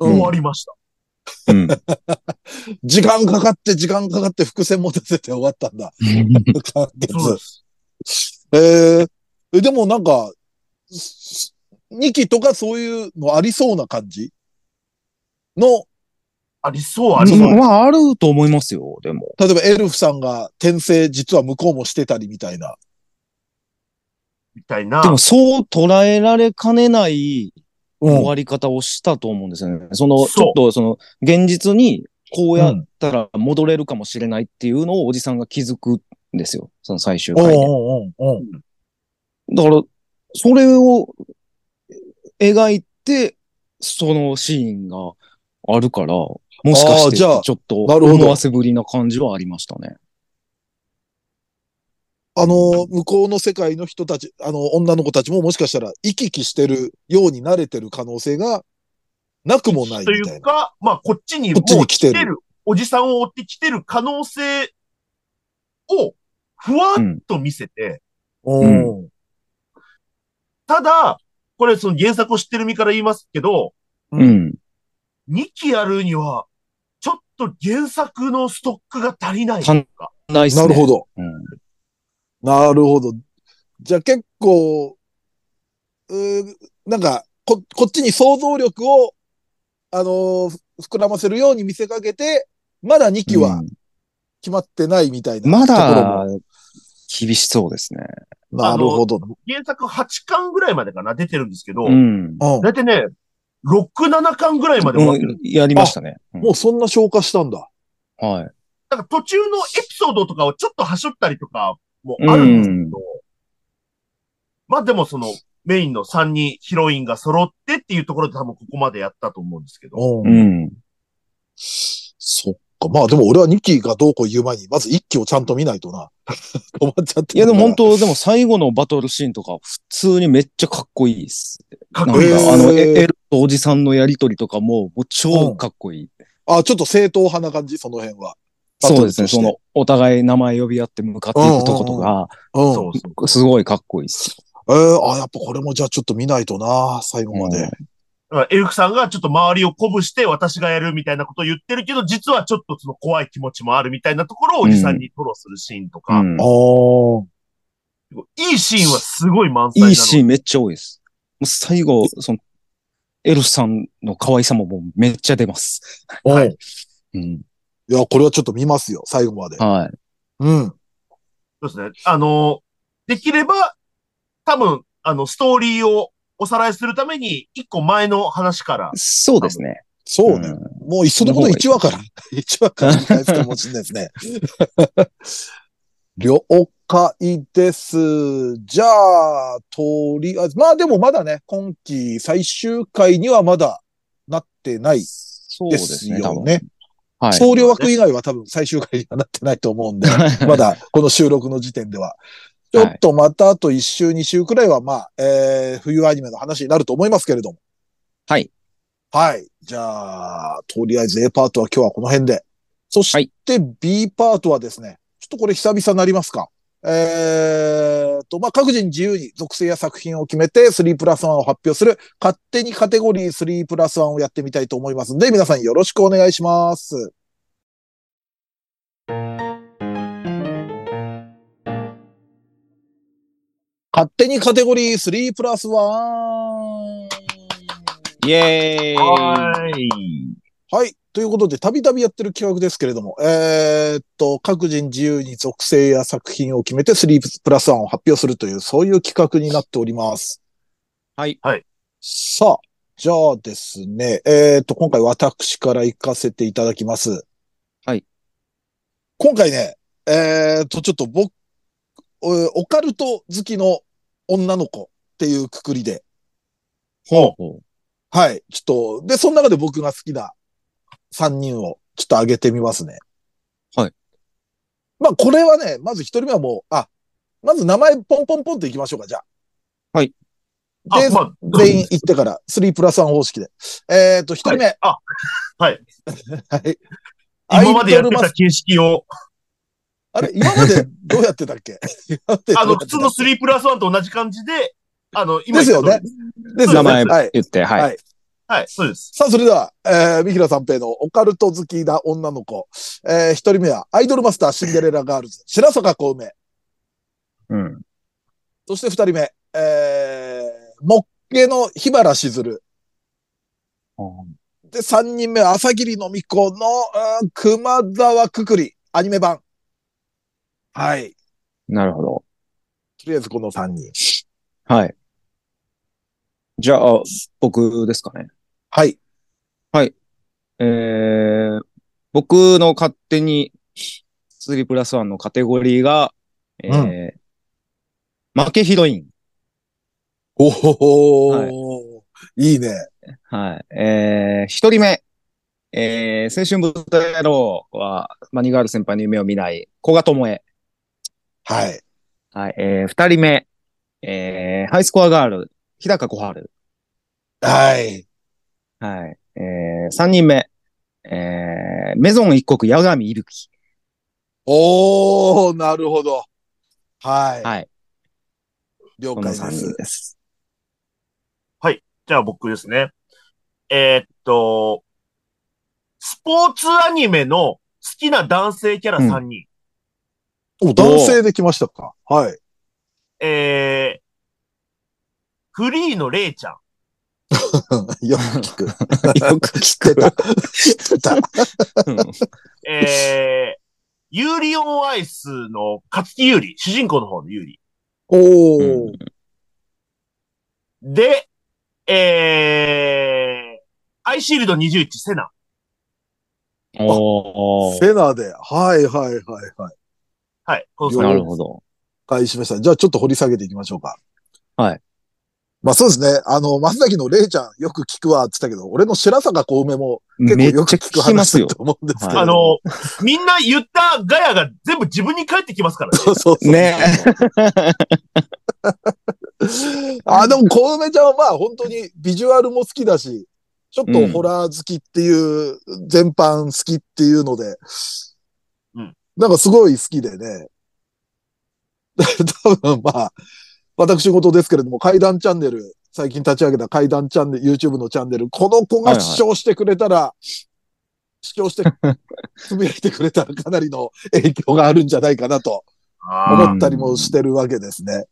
Speaker 2: うん
Speaker 4: 終わりました。
Speaker 3: た。うん。
Speaker 2: 時間かかって、時間かかって伏線持たせて終わったんだ。完
Speaker 4: そうで
Speaker 2: 結。
Speaker 4: す。
Speaker 2: へえ。え、でもなんか、2期とかそういうのありそうな感じの、
Speaker 4: ありそう、ありそう。
Speaker 3: まあ、あると思いますよ、でも。
Speaker 2: 例えばエルフさんが転生実は向こうもしてたりみたいな。
Speaker 4: みたいな
Speaker 3: で。も、そう捉えられかねない
Speaker 2: うん
Speaker 3: 終わり方をしたと思うんですよね。その、
Speaker 4: そう
Speaker 3: ちょっとその、現実にこうや
Speaker 2: う
Speaker 3: っ
Speaker 2: ん
Speaker 3: たら戻れるかもしれないっていうのをおじさんが気づくんですよ。その最終
Speaker 2: おう
Speaker 3: 回で。
Speaker 2: おうおうおう
Speaker 3: だから、それを描いて、そのシーンがあるから、もしか
Speaker 2: あ
Speaker 3: し
Speaker 2: ー
Speaker 3: て、
Speaker 2: じ
Speaker 3: ち
Speaker 2: ゃあ
Speaker 3: ょっと
Speaker 2: なるほど
Speaker 3: 思わせぶりな感じはありましたね。
Speaker 2: あの、向こうの世界の人たち、あの、女の子たちももしかしたら行き来してるように慣れてる可能性がなくもない
Speaker 4: とい
Speaker 2: みた
Speaker 4: う
Speaker 2: いな。
Speaker 4: か、まあ、こっちに
Speaker 2: こ
Speaker 4: も
Speaker 2: っちに
Speaker 4: う
Speaker 2: 来てる
Speaker 4: 来てる、おじさんを追って来てる可能性をふわっと見せて、
Speaker 2: う
Speaker 3: うん
Speaker 2: ん。
Speaker 4: ただ、これその原作を知ってる身から言いますけど、
Speaker 2: うん
Speaker 3: うん。
Speaker 4: 2期やるには、ちょっと原作のストックが足りないというか。
Speaker 3: ないっすね。
Speaker 2: なるほど。
Speaker 3: うん
Speaker 2: なるほど。じゃあ結構、うーなんか、こ、こっちに想像力を、あのーふ膨らませるように見せかけて、まだ2期は
Speaker 3: うん
Speaker 2: 決まってないみたいな
Speaker 3: ま
Speaker 2: ところ
Speaker 3: だ
Speaker 2: も。、
Speaker 3: 厳しそうですね。
Speaker 2: なるほど。
Speaker 4: 原作8巻ぐらいまでかな、出てるんですけど、
Speaker 3: うん。
Speaker 2: うん。
Speaker 4: だいたいね、6、7巻ぐらいまで終わってる。
Speaker 3: うんやりましたね。うん
Speaker 2: もうそんな消化したんだ。
Speaker 3: はい。
Speaker 4: だから途中のエピソードとかをちょっと端折ったりとかもあるんですけど、まあでもそのメインの3人ヒロインが揃ってっていうところで多分ここまでやったと思うんですけど、
Speaker 2: う。
Speaker 3: うんん。
Speaker 2: そっか。まあでも俺は2期がどうこう言う前に、まず1期をちゃんと見ないとな。 止まっちゃって
Speaker 3: いやでも本当、でも最後のバトルシーンとか普通にめっちゃかっこいいっす。
Speaker 4: かっ
Speaker 3: なん
Speaker 4: こいい
Speaker 2: へ
Speaker 4: で
Speaker 2: え
Speaker 4: す。
Speaker 3: か、あの、エルとおじさんのやりとりとかも、もう超かっこいい。
Speaker 2: 当。あ、ちょっと正当派な感じ、その辺は。
Speaker 3: そうですね。
Speaker 2: バト
Speaker 3: そ
Speaker 2: ル
Speaker 3: の、お互い名前呼び合って向かっていくとことか、
Speaker 2: と
Speaker 4: そう
Speaker 2: して。。
Speaker 4: うんそう。
Speaker 3: すごいかっこいいっす。
Speaker 2: えー、あ、やっぱこれもじゃあちょっと見ないとな、最後まで。
Speaker 4: だからエルクさんがちょっと周りを鼓舞して私がやるみたいなことを言ってるけど、実はちょっとその怖い気持ちもあるみたいなところをおじさんに吐露するシーンと
Speaker 3: う
Speaker 4: か、
Speaker 3: ん
Speaker 2: あー
Speaker 4: いいシーンはすごい満載なの。
Speaker 3: いいシーンめっちゃ多いです。もう最後、その、エルさんの可愛さももうめっちゃ出ます。
Speaker 2: うん。
Speaker 3: はい
Speaker 2: い、
Speaker 3: うん。
Speaker 2: や、これはちょっと見ますよ、最後まで。
Speaker 3: は
Speaker 2: うん。
Speaker 4: そうですね。あの、できれば、多分、あの、ストーリーをおさらいするために、一個前の話から
Speaker 3: い。、そうですね。
Speaker 2: そうね。もういっそのこと
Speaker 3: の方がいい
Speaker 2: 1話から。1話から見返すかもしれないですね。了解です。じゃあ、とりあえず、まあでもまだね、今期最終回にはまだなってないで
Speaker 3: そうです
Speaker 2: す
Speaker 3: ね。多
Speaker 2: よ
Speaker 3: 分
Speaker 2: ね。
Speaker 3: はい。
Speaker 2: 総量枠以外は多分最終回にはなってないと思うん で、まだこの収録の時点では。ちょっとまたあと1週、2週くらいは、まあ、えー、冬アニメの話になると思いますけれども。
Speaker 3: はい。
Speaker 2: はい。じゃあ、とりあえず A パートは今日はこの辺で。そ
Speaker 3: は
Speaker 2: して B パートはですね、ちょっとこれ久々になりますか。えーと、まあ、各人自由に属性や作品を決めて3プラス1を発表する、勝手にカテゴリー3プラス1をやってみたいと思いますので、皆さんよろしくお願いします。勝手にカテゴリー3プラス 1! は
Speaker 3: イェーイ
Speaker 4: はーい。
Speaker 2: い。ということで、たびたびやってる企画ですけれども、えーっと、各人自由に属性や作品を決めて3プラス1を発表するという、そういう企画になっております。
Speaker 3: はい。
Speaker 4: はい。
Speaker 2: さあ、じゃあですね、えーっと、今回私から行かせていただきます。
Speaker 3: はい。
Speaker 2: 今回ね、えーっと、ちょっと僕、えーオカルト好きの女の子っていうくくりで、
Speaker 3: ほうほう。
Speaker 2: はい。ちょっと、で、その中で僕が好きな3人をちょっと上げてみますね。
Speaker 3: はい。
Speaker 2: まあ、これはね、まず1人目はもう、あ、まず名前ポンポンポンといきましょうか、じゃあ。
Speaker 3: はい。
Speaker 2: で、
Speaker 4: あ、まあ、
Speaker 2: 全員行ってから3プラス1方式で。えっ、と、1人目。
Speaker 4: はいあ、はい。
Speaker 2: はい。
Speaker 4: 今までやっ
Speaker 2: アイ
Speaker 4: て
Speaker 2: ドルマ
Speaker 4: た
Speaker 2: ス
Speaker 4: 形式を、
Speaker 2: あれ今までどうやってたっ け今までどうやってたっけ
Speaker 4: あの、普通の3プラス1と同じ感じで、あの、今
Speaker 2: ですよね。です
Speaker 3: 名
Speaker 2: よね
Speaker 3: 前
Speaker 2: はい。
Speaker 3: 言って、
Speaker 2: は
Speaker 3: はいい。
Speaker 4: はい、そうです。
Speaker 2: さあ、それでは、えー、三平三平のオカルト好きな女の子。えー、一人目は、アイドルマスターシンデレラガールズ、白坂小梅。
Speaker 3: うん。
Speaker 2: そして二人目、えー、もっけの日原しずる。で、三人目は、朝霧のみこの、うん熊沢くくり、アニメ版。はい。
Speaker 3: なるほど。
Speaker 2: とりあえずこの三人。
Speaker 3: はい。じゃあ、僕ですかね。
Speaker 2: はい。
Speaker 3: えー、僕の勝手に3プラス1のカテゴリーが、えー負けヒロイン。
Speaker 2: おほほー。いいね。
Speaker 3: はい。えー、一人目。えー、青春舞台野郎は、マニガール先輩の夢を見ない、古賀智恵。
Speaker 2: はい。
Speaker 3: はい。えー、二人目。えー、ハイスコアガール、日高小春。
Speaker 2: はい。
Speaker 3: はい。えー、三人目。えー、メゾン一国、八神いるき。
Speaker 2: おー、なるほど。はい。
Speaker 3: はい。
Speaker 2: 了
Speaker 3: この
Speaker 2: 解で
Speaker 3: 三人
Speaker 2: す。
Speaker 3: です。
Speaker 4: じゃあ僕ですね。えーっと、スポーツアニメの好きな男性キャラ3人。
Speaker 2: お、男性で来ましたか。はい。
Speaker 4: えー、フリーのレイちゃん。
Speaker 2: よく聞 く。
Speaker 3: よく聞く。
Speaker 2: 知ってた。
Speaker 3: うん
Speaker 4: えー、ユーリオンアイスの勝木ユーリ、主人公の方のユーリ。
Speaker 2: おー。
Speaker 3: うん
Speaker 4: で、えー、アイシールド21セナ。
Speaker 3: おー。
Speaker 2: セナで。はいはいはいはい。
Speaker 4: はい、この
Speaker 3: な
Speaker 4: 3
Speaker 3: る
Speaker 4: 人。
Speaker 3: ほど。
Speaker 2: 返しました。じゃあちょっと掘り下げていきましょうか。
Speaker 3: はい。
Speaker 2: まあそうですね。あの、松崎のレイちゃんよく聞くわって言ったけど、俺の白坂小梅も結構
Speaker 3: めっちゃ
Speaker 2: よく聞く
Speaker 3: 聞きます
Speaker 2: 話
Speaker 3: よ
Speaker 2: だ。と思うんですけど。
Speaker 4: あの、みんな言ったガヤが全部自分に返ってきますからね。
Speaker 2: そうそうそう。
Speaker 3: ね
Speaker 2: あ、でも小梅ちゃんはまあ本当にビジュアルも好きだし、ちょっとホラー好きっていう、全般好きっていうので、
Speaker 4: うん
Speaker 2: なんかすごい好きでね。 多分まあ、私事ですけれども、階段チャンネル、最近立ち上げた階段チャンネル、YouTube のチャンネル、この子
Speaker 3: はい
Speaker 2: が
Speaker 3: はい
Speaker 2: 視聴してくれたら、視聴して、つぶやいてくれたらかなりの影響があるんじゃないかなと
Speaker 4: あー
Speaker 2: 思ったりもしてるわけですね。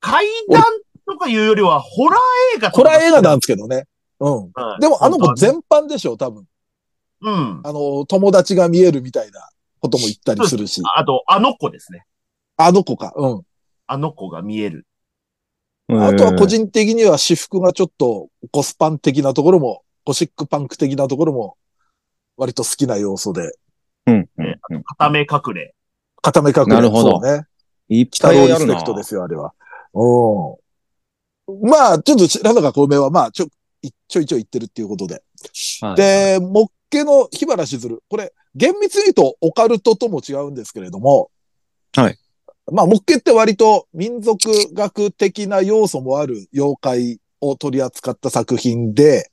Speaker 4: 怪談とかいうよりは、ホラー映画
Speaker 2: これは映画
Speaker 4: だ。
Speaker 2: なんですけどね。うん。
Speaker 4: はい
Speaker 2: でもあの子全般でしょ、多分。
Speaker 4: うん。
Speaker 2: あの、友達が見えるみたいなことも言ったりするし。
Speaker 4: あと、あの子ですね。
Speaker 2: あの子か。うん。
Speaker 4: あの子が見える。
Speaker 2: あとは個人的には私服がちょっとコスパン的なところも、ゴシックパンク的なところも、割と好きな要素で、
Speaker 3: うんうんうん
Speaker 4: 片目隠れ。
Speaker 2: 固め隠れ。
Speaker 3: なるほ
Speaker 2: そ
Speaker 3: ど
Speaker 2: うね。
Speaker 3: いっ
Speaker 2: 北
Speaker 3: ぱ
Speaker 2: 郎
Speaker 3: い
Speaker 2: リ
Speaker 3: ある
Speaker 2: ス
Speaker 3: な
Speaker 2: ペクトですよ、あれは。うん。まあ、ちょっと白坂小梅は、まあ、ちょ、いちょいちょい言ってるっていうことで。
Speaker 3: はい
Speaker 2: で、もっけの火原しずる。これ、厳密に言うとオカルトとも違うんですけれども。
Speaker 3: はい。
Speaker 2: まあ、もっけって割と民族学的な要素もある妖怪を取り扱った作品で。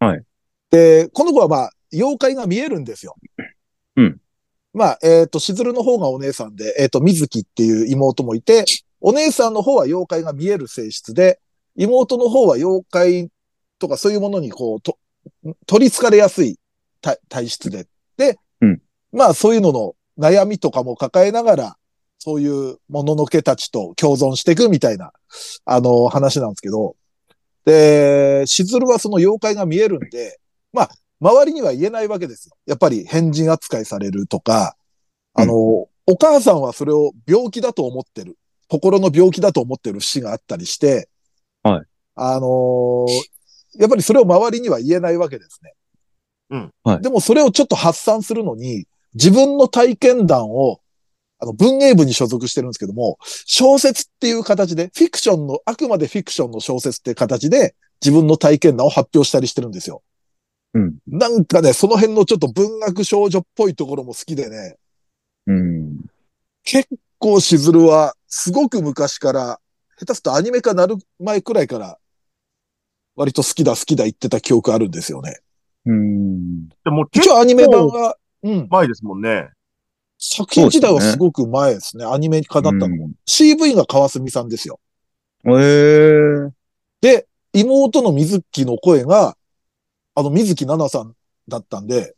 Speaker 3: はい。
Speaker 2: で、この子はまあ、妖怪が見えるんですよ。
Speaker 3: うん。
Speaker 2: まあ、えっ、と、しずるの方がお姉さんで、えっ、と、水木っていう妹もいて、お姉さんの方は妖怪が見える性質で、妹の方は妖怪とかそういうものにこう、と取り憑かれやすい体体質で。で、
Speaker 3: うん
Speaker 2: まあそういうのの悩みとかも抱えながら、そういうもののけたちと共存していくみたいな、あの、話なんですけど。で、しずるはその妖怪が見えるんで、まあ、周りには言えないわけですよ。やっぱり変人扱いされるとか、あの、お母さんはそれを病気だと思ってる。心の病気だと思ってる節があったりして、
Speaker 3: はい。
Speaker 2: あのーやっぱりそれを周りには言えないわけですね。
Speaker 4: うん
Speaker 3: はい
Speaker 2: でもそれをちょっと発散するのに、自分の体験談を、あの、文芸部に所属してるんですけども、小説っていう形で、フィクションの、あくまでフィクションの小説っていう形で、自分の体験談を発表したりしてるんですよ。
Speaker 3: うん
Speaker 2: なんかね、その辺のちょっと文学少女っぽいところも好きでね、
Speaker 3: うん。
Speaker 2: 結構しずるは、すごく昔から、下手するとアニメ化なる前くらいから、割と好きだ好きだ言ってた記憶あるんですよね。
Speaker 3: うん。
Speaker 4: でも結
Speaker 2: 一
Speaker 4: 構
Speaker 2: 応アニメ版が、うん、
Speaker 4: 前ですもんね。
Speaker 2: 作品自体はすごく前ですね。アニメ化だったの。
Speaker 3: も。
Speaker 2: CV が川澄さんですよ。
Speaker 3: えー。
Speaker 2: で、妹の水木の声が、あの水木奈々さんだったんで、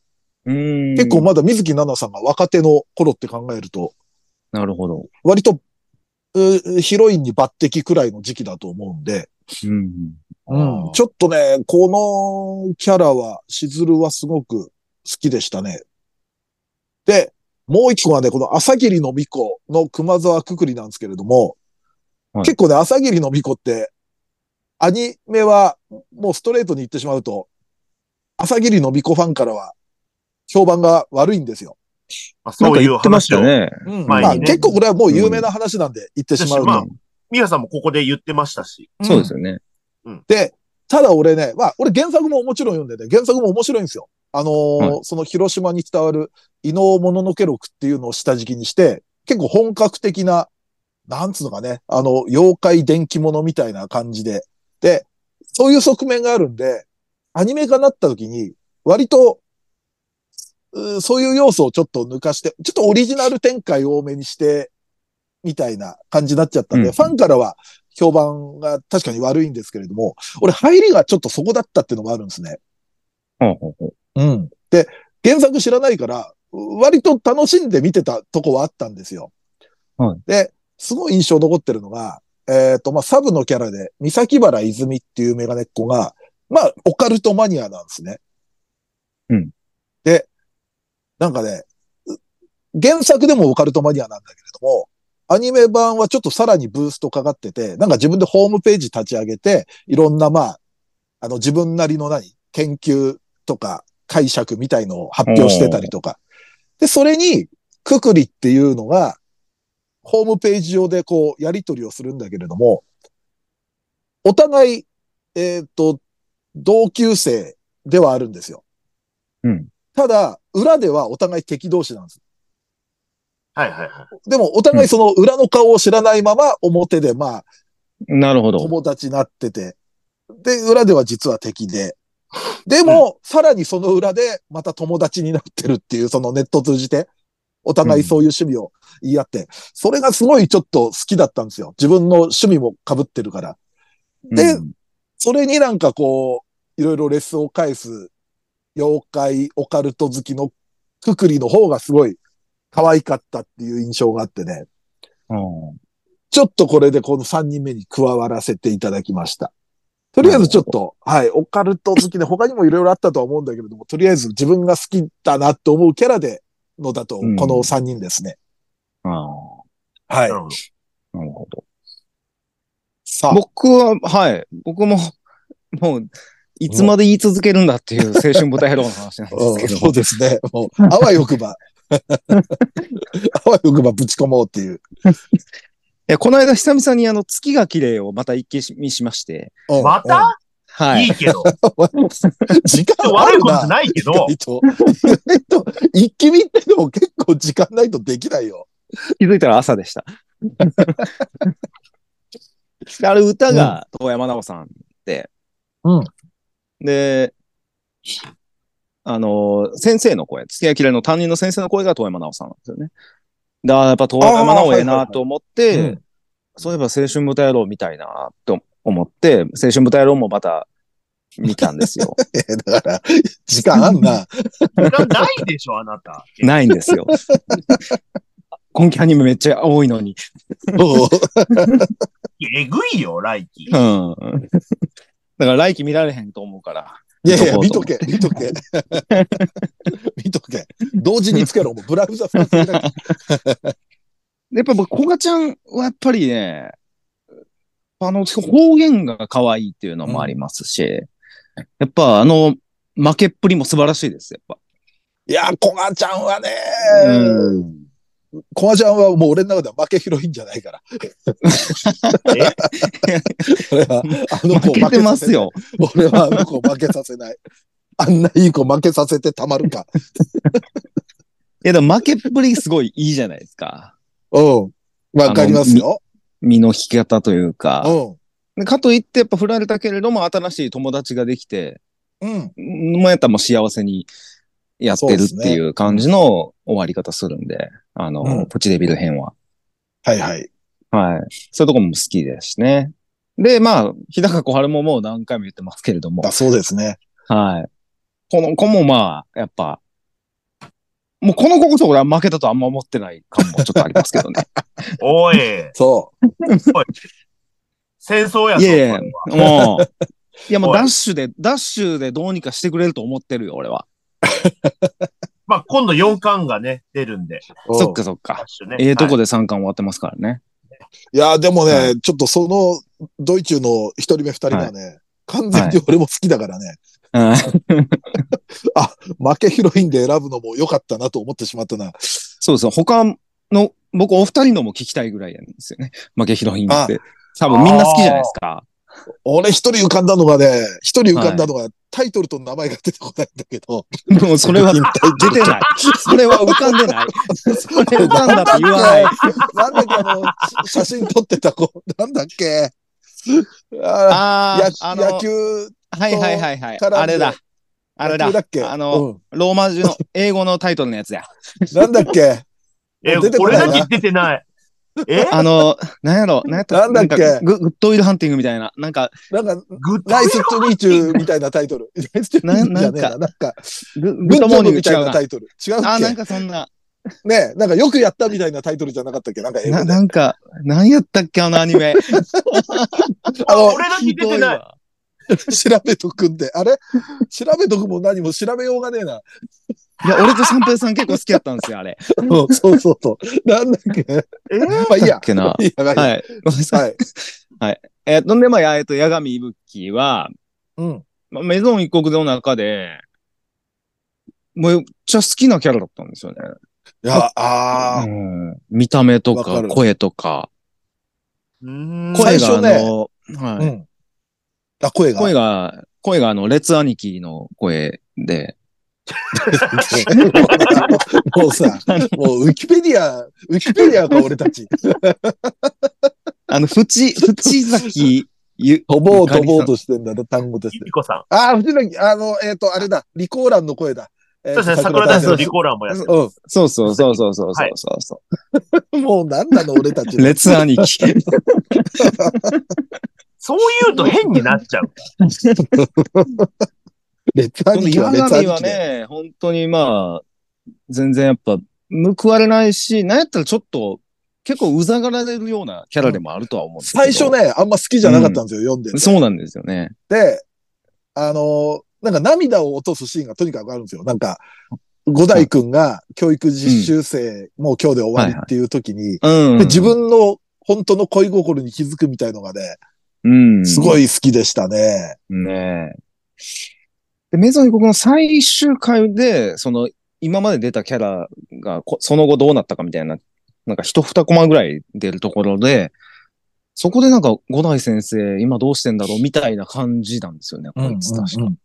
Speaker 3: うん。
Speaker 2: 結構まだ水木奈々さんが若手の頃って考えると、
Speaker 3: なるほど。
Speaker 2: 割と、うヒロインに抜擢くらいの時期だと思うんで、
Speaker 3: うん。
Speaker 2: うんちょっとね、このキャラは、しずるはすごく好きでしたね。で、もう一個はね、この朝霧の巫女の熊沢くくりなんですけれども、
Speaker 3: はい
Speaker 2: 結構ね、朝霧の巫女って、アニメは、もうストレートに言ってしまうと、朝霧のびこファンからは、評判が悪いんですよ。
Speaker 4: まあ、
Speaker 3: な
Speaker 4: そ
Speaker 3: ん
Speaker 4: う
Speaker 3: か
Speaker 4: いう
Speaker 3: 言ってまし
Speaker 4: 話
Speaker 3: た
Speaker 4: を。
Speaker 3: ね。
Speaker 2: うん
Speaker 4: 前にね
Speaker 2: まあ結構これはもう有名な話なんで言ってしまう
Speaker 4: まあ
Speaker 2: と。
Speaker 4: ミヤさんもここで言ってましたし。
Speaker 3: そうですよね。
Speaker 2: で、ただ俺ね、まあ俺原作ももちろん読んでて、原作も面白いんですよ。あのーその広島に伝わる異能もののけ録っていうのを下敷きにして、結構本格的な、なんつうのかね、あの、妖怪電気ものみたいな感じで。で、そういう側面があるんで、アニメ化になった時に、割と、うーそういう要素をちょっと抜かして、ちょっとオリジナル展開多めにして、みたいな感じになっちゃったんで、
Speaker 3: うん
Speaker 2: ファンからは評判が確かに悪いんですけれども、俺入りがちょっとそこだったっていうのもあるんですね。
Speaker 3: ほうほうほう
Speaker 2: うん。で、原作知らないから、割と楽しんで見てたとこはあったんですよ。
Speaker 3: はい
Speaker 2: で、すごい印象残ってるのが、えっ、と、まあ、サブのキャラで、三崎原泉っていうメガネっ子が、まあ、オカルトマニアなんですね。
Speaker 3: うん。
Speaker 2: で、なんかね、う原作でもオカルトマニアなんだけれども、アニメ版はちょっとさらにブーストかかってて、なんか自分でホームページ立ち上げて、いろんなまあ、あの自分なりの何、研究とか解釈みたいのを発表してたりとか。で、それに、くくりっていうのが、ホームページ上でこう、やり取りをするんだけれども、お互い、えっ、と、同級生ではあるんですよ。
Speaker 3: うん。
Speaker 2: ただ、裏ではお互い敵同士なんです。
Speaker 4: はいはいはい。
Speaker 2: でも、お互いその裏の顔を知らないまま、表でまあ、
Speaker 3: なるほど。
Speaker 2: 友達になってて、で、裏では実は敵で。でも、さらにその裏で、また友達になってるっていう、そのネットを通じて、お互いそういう趣味を言い合って、それがすごいちょっと好きだったんですよ。自分の趣味も被ってるから。で、
Speaker 3: うん
Speaker 2: それになんかこう、いろいろレッスンを返す、妖怪、オカルト好きのくくりの方がすごい可愛かったっていう印象があってね。
Speaker 3: あ
Speaker 2: ちょっとこれでこの3人目に加わらせていただきました。とりあえずちょっと、はい、オカルト好きで他にもいろいろあったとは思うんだけれども、とりあえず自分が好きだなと思うキャラでのだと、こ
Speaker 3: うん
Speaker 2: の3人ですね。
Speaker 3: ああ
Speaker 2: は
Speaker 4: ないる。ほど。
Speaker 3: あ、なるほど。
Speaker 2: さあ、
Speaker 3: 僕は、はい。僕も、もう、いつまで言い続けるんだっていう青春舞台野郎の話なん
Speaker 2: うん
Speaker 3: ですけど。
Speaker 2: そうですね。 もう、あわよくば。あわよくばぶち込もうっていう。
Speaker 3: いや、この間久々にあの、月が綺麗をまた一気見しまして。
Speaker 2: うん
Speaker 4: また、、
Speaker 3: はい
Speaker 4: い
Speaker 3: い。
Speaker 4: けど。
Speaker 2: うん時間あ
Speaker 4: 悪い
Speaker 2: る
Speaker 4: ことじゃ
Speaker 2: な。
Speaker 4: ないけど
Speaker 2: 意、外と、意外と一気見ってでも結構時間ないとできないよ。
Speaker 3: 気づいたら朝でした。であれ歌が、遠山奈緒さんで。
Speaker 2: うん。
Speaker 3: で、あの、先生の声、月が綺麗の担任の先生の声が遠山奈緒さんなんですよね。だからやっぱ遠山奈緒ええなと思って、
Speaker 2: うん
Speaker 3: そういえば青春豚野郎見たいなと思って、青春豚野郎もまた見たんですよ。
Speaker 2: えだから、時間あんな。
Speaker 4: 時間ないでしょ、あなた。
Speaker 3: ないんです よ。今期アニメめっちゃ多いのに。
Speaker 2: もう
Speaker 4: えぐいよ、来期。
Speaker 3: うん。だから来期見られへんと思うから。
Speaker 2: いやいや、見
Speaker 3: 見
Speaker 2: と
Speaker 3: と
Speaker 2: け、見とけ。 見とけ。同時につけろ、もうブラウザ2つ開 け
Speaker 3: やっぱ僕、コガちゃんはやっぱりね、あの、方言が可愛いっていうのもありますし、やっぱあの、負けっぷりも素晴らしいです、やっぱ。
Speaker 2: いや、コガちゃんはね、
Speaker 3: うん
Speaker 2: コガちゃんはもう俺の中では負け広いんじゃないから。
Speaker 4: え
Speaker 2: それはあの子
Speaker 3: 負
Speaker 2: を
Speaker 3: けてますよ。
Speaker 2: 負けさせない。俺はあの子を負けさせない。あんないい子負けさせてたまるか。
Speaker 3: いや、でも負けっぷりすごいいいじゃないですか。
Speaker 2: うん。わかりますよ。
Speaker 3: 身の引き方という
Speaker 2: う
Speaker 3: か。でかといって、やっぱ振られたけれども、新しい友達ができて、
Speaker 2: ん。うん。
Speaker 3: もうやったらもう幸せにやってるっていう感じの終わり方するんで、あの、
Speaker 2: うん
Speaker 3: プチデビル編は。
Speaker 2: はいはい。
Speaker 3: はい。そういうとこも好きですしね。で、まあ、日高小春ももう何回も言ってますけれども
Speaker 2: だ、そうですね。
Speaker 3: はい。この子もまあ、やっぱ、もうこの子こそ俺は負けたとあんま思ってない感もちょっとありますけど ね。
Speaker 4: おい、
Speaker 2: そ
Speaker 4: 戦争やぞ。
Speaker 3: いやいや
Speaker 4: これは
Speaker 3: もう、 いやもう
Speaker 4: おい
Speaker 3: ダッシュで、ダッシュでどうにかしてくれると思ってるよ、俺は。
Speaker 4: まあ、今度4巻がね、出るんで。
Speaker 2: う。
Speaker 3: そっ
Speaker 2: う
Speaker 3: か
Speaker 2: ん。
Speaker 3: そっか。
Speaker 4: ダッシュね
Speaker 3: ええとこ
Speaker 4: はい
Speaker 3: で3巻終わってますからね。
Speaker 2: いや、でもね、
Speaker 3: は
Speaker 2: ちょっとその、ドイツの一人目二人目はね、完全に俺も好きだからね、
Speaker 3: うん
Speaker 2: 負けヒロインで選ぶのも良かったなと思ってしまったな。
Speaker 3: そうそう。他の、僕お二人のも聞きたいぐらいなんですよね。負けヒロインって。多分みんな好きじゃないですか。
Speaker 2: 俺一人浮かんだのがね、一人浮かんだのが、タイトルと名前が出てこないんだけど、
Speaker 3: もう それは出てない。それは浮かんでない。それ浮かんだって言わない。
Speaker 2: なんだっけ、あの、写真撮ってた子、なんだっけ。 あー
Speaker 3: あ
Speaker 2: や
Speaker 3: あ、あの、
Speaker 2: 野球
Speaker 3: はいはいはいはい。
Speaker 2: 絡んで
Speaker 3: あれだ。あれ
Speaker 2: 野球
Speaker 3: だ。
Speaker 2: っけ
Speaker 3: あの、
Speaker 2: うん
Speaker 3: ローマ字の英語のタイトルのやつや。
Speaker 2: なんだっけ
Speaker 4: え
Speaker 2: もう出て、こ
Speaker 4: 俺
Speaker 2: ないな
Speaker 4: だけ出てない。え
Speaker 3: あの、なんやろ、なんやった
Speaker 2: なんだっけ
Speaker 3: かググッドウィルハンティングみたいな。なんか、
Speaker 2: なんか、
Speaker 4: グッ
Speaker 2: ナイストゥニーチューみたいなタイト ル。ナイストゥニーチューじゃねえな。
Speaker 3: な
Speaker 2: なんか、
Speaker 3: ググ
Speaker 2: グ
Speaker 3: ッ
Speaker 2: ッド
Speaker 3: ド
Speaker 2: モ
Speaker 3: モー
Speaker 2: ー
Speaker 3: ニ
Speaker 2: ニング
Speaker 3: ング違
Speaker 2: みたいうな
Speaker 3: な。
Speaker 2: タイトル。違うっ
Speaker 3: あ、なん
Speaker 2: け
Speaker 3: かそんな、
Speaker 2: ねえ、なんかよくやったみたいなタイトルじゃなかったっけなんか英
Speaker 3: な、
Speaker 2: 語で。
Speaker 3: なんか、なんやったっけ、あのアニメ。
Speaker 2: あの、
Speaker 4: 俺だけ出てない。
Speaker 3: い。
Speaker 2: 調べとくんで。あれ調べとくも何も調べようがねえな。
Speaker 3: いや、俺と三平さん結構好きやったんですよ、あれ。
Speaker 2: うん そうそうそう。なんだっけま
Speaker 4: え
Speaker 2: あいい
Speaker 3: だ
Speaker 2: や
Speaker 3: っ。けな。
Speaker 2: いいや、はい。
Speaker 3: はい。ごめんなさい。
Speaker 2: はい。
Speaker 3: えっと、で、まあ、えっと、八神いぶきは、
Speaker 2: うん。
Speaker 3: まあメゾン一国の中で、めっちゃ好きなキャラだったんですよね。
Speaker 2: いや、あー
Speaker 3: うん、見た目と
Speaker 2: わか
Speaker 3: か、
Speaker 2: る
Speaker 3: 声とか。
Speaker 4: うん
Speaker 2: これ
Speaker 3: 声があ
Speaker 2: 最初ね
Speaker 3: の、は
Speaker 2: う
Speaker 3: い
Speaker 2: ん。あ、声が。
Speaker 3: 声が、声があの、列兄貴の声で、
Speaker 2: もうさ、もうウィキペディア、ウィキペディアが俺たち。
Speaker 3: あの、 淵、淵崎ゆ、
Speaker 2: 飛ぼう飛ぼうとしてんだね、単語です
Speaker 4: ゆきこさん。
Speaker 2: ああ、藤崎、あの、えっ、と、あれだ、リコーランの声だ。えー
Speaker 4: そうですね、桜田さんのリコーラーもやってる。
Speaker 2: う
Speaker 3: そうそうそうそうそう
Speaker 4: はい
Speaker 3: そうそ
Speaker 2: ん。もう何なの、俺たち
Speaker 3: う。。列兄貴。
Speaker 4: そう言うと変になっちゃう。
Speaker 2: 列
Speaker 3: この
Speaker 2: 兄貴は
Speaker 3: ヤ
Speaker 2: 列
Speaker 3: ガ
Speaker 2: 兄
Speaker 3: ミは
Speaker 2: 貴で。
Speaker 3: ね、本当にまあ、全然やっぱ、報われないし、なんやったらちょっと、結構うざがられるようなキャラでもあるとは思うんですけど
Speaker 2: 最初。ね、あんま好きじゃなかったんですよ、読んでて。
Speaker 3: そうなんですよね。
Speaker 2: で、あのーなんか涙を落とすシーンがとにかくあるんですよ。なんか、五代くんが教育実習生、もう今日で終わりっていう時に、
Speaker 3: うん。
Speaker 2: で自、分の本当の恋心に気づくみたいのがね、
Speaker 3: うん。
Speaker 2: すごい好きでしたね。
Speaker 3: ねえ。で、メゾン国の最終回で、その、今まで出たキャラがこ、その後どうなったかみたいな、なんか一二コマぐらい出るところで、そこでなんか、五代先生、今どうしてんだろうみたいな感じなんですよね、こいつ確か。
Speaker 2: うん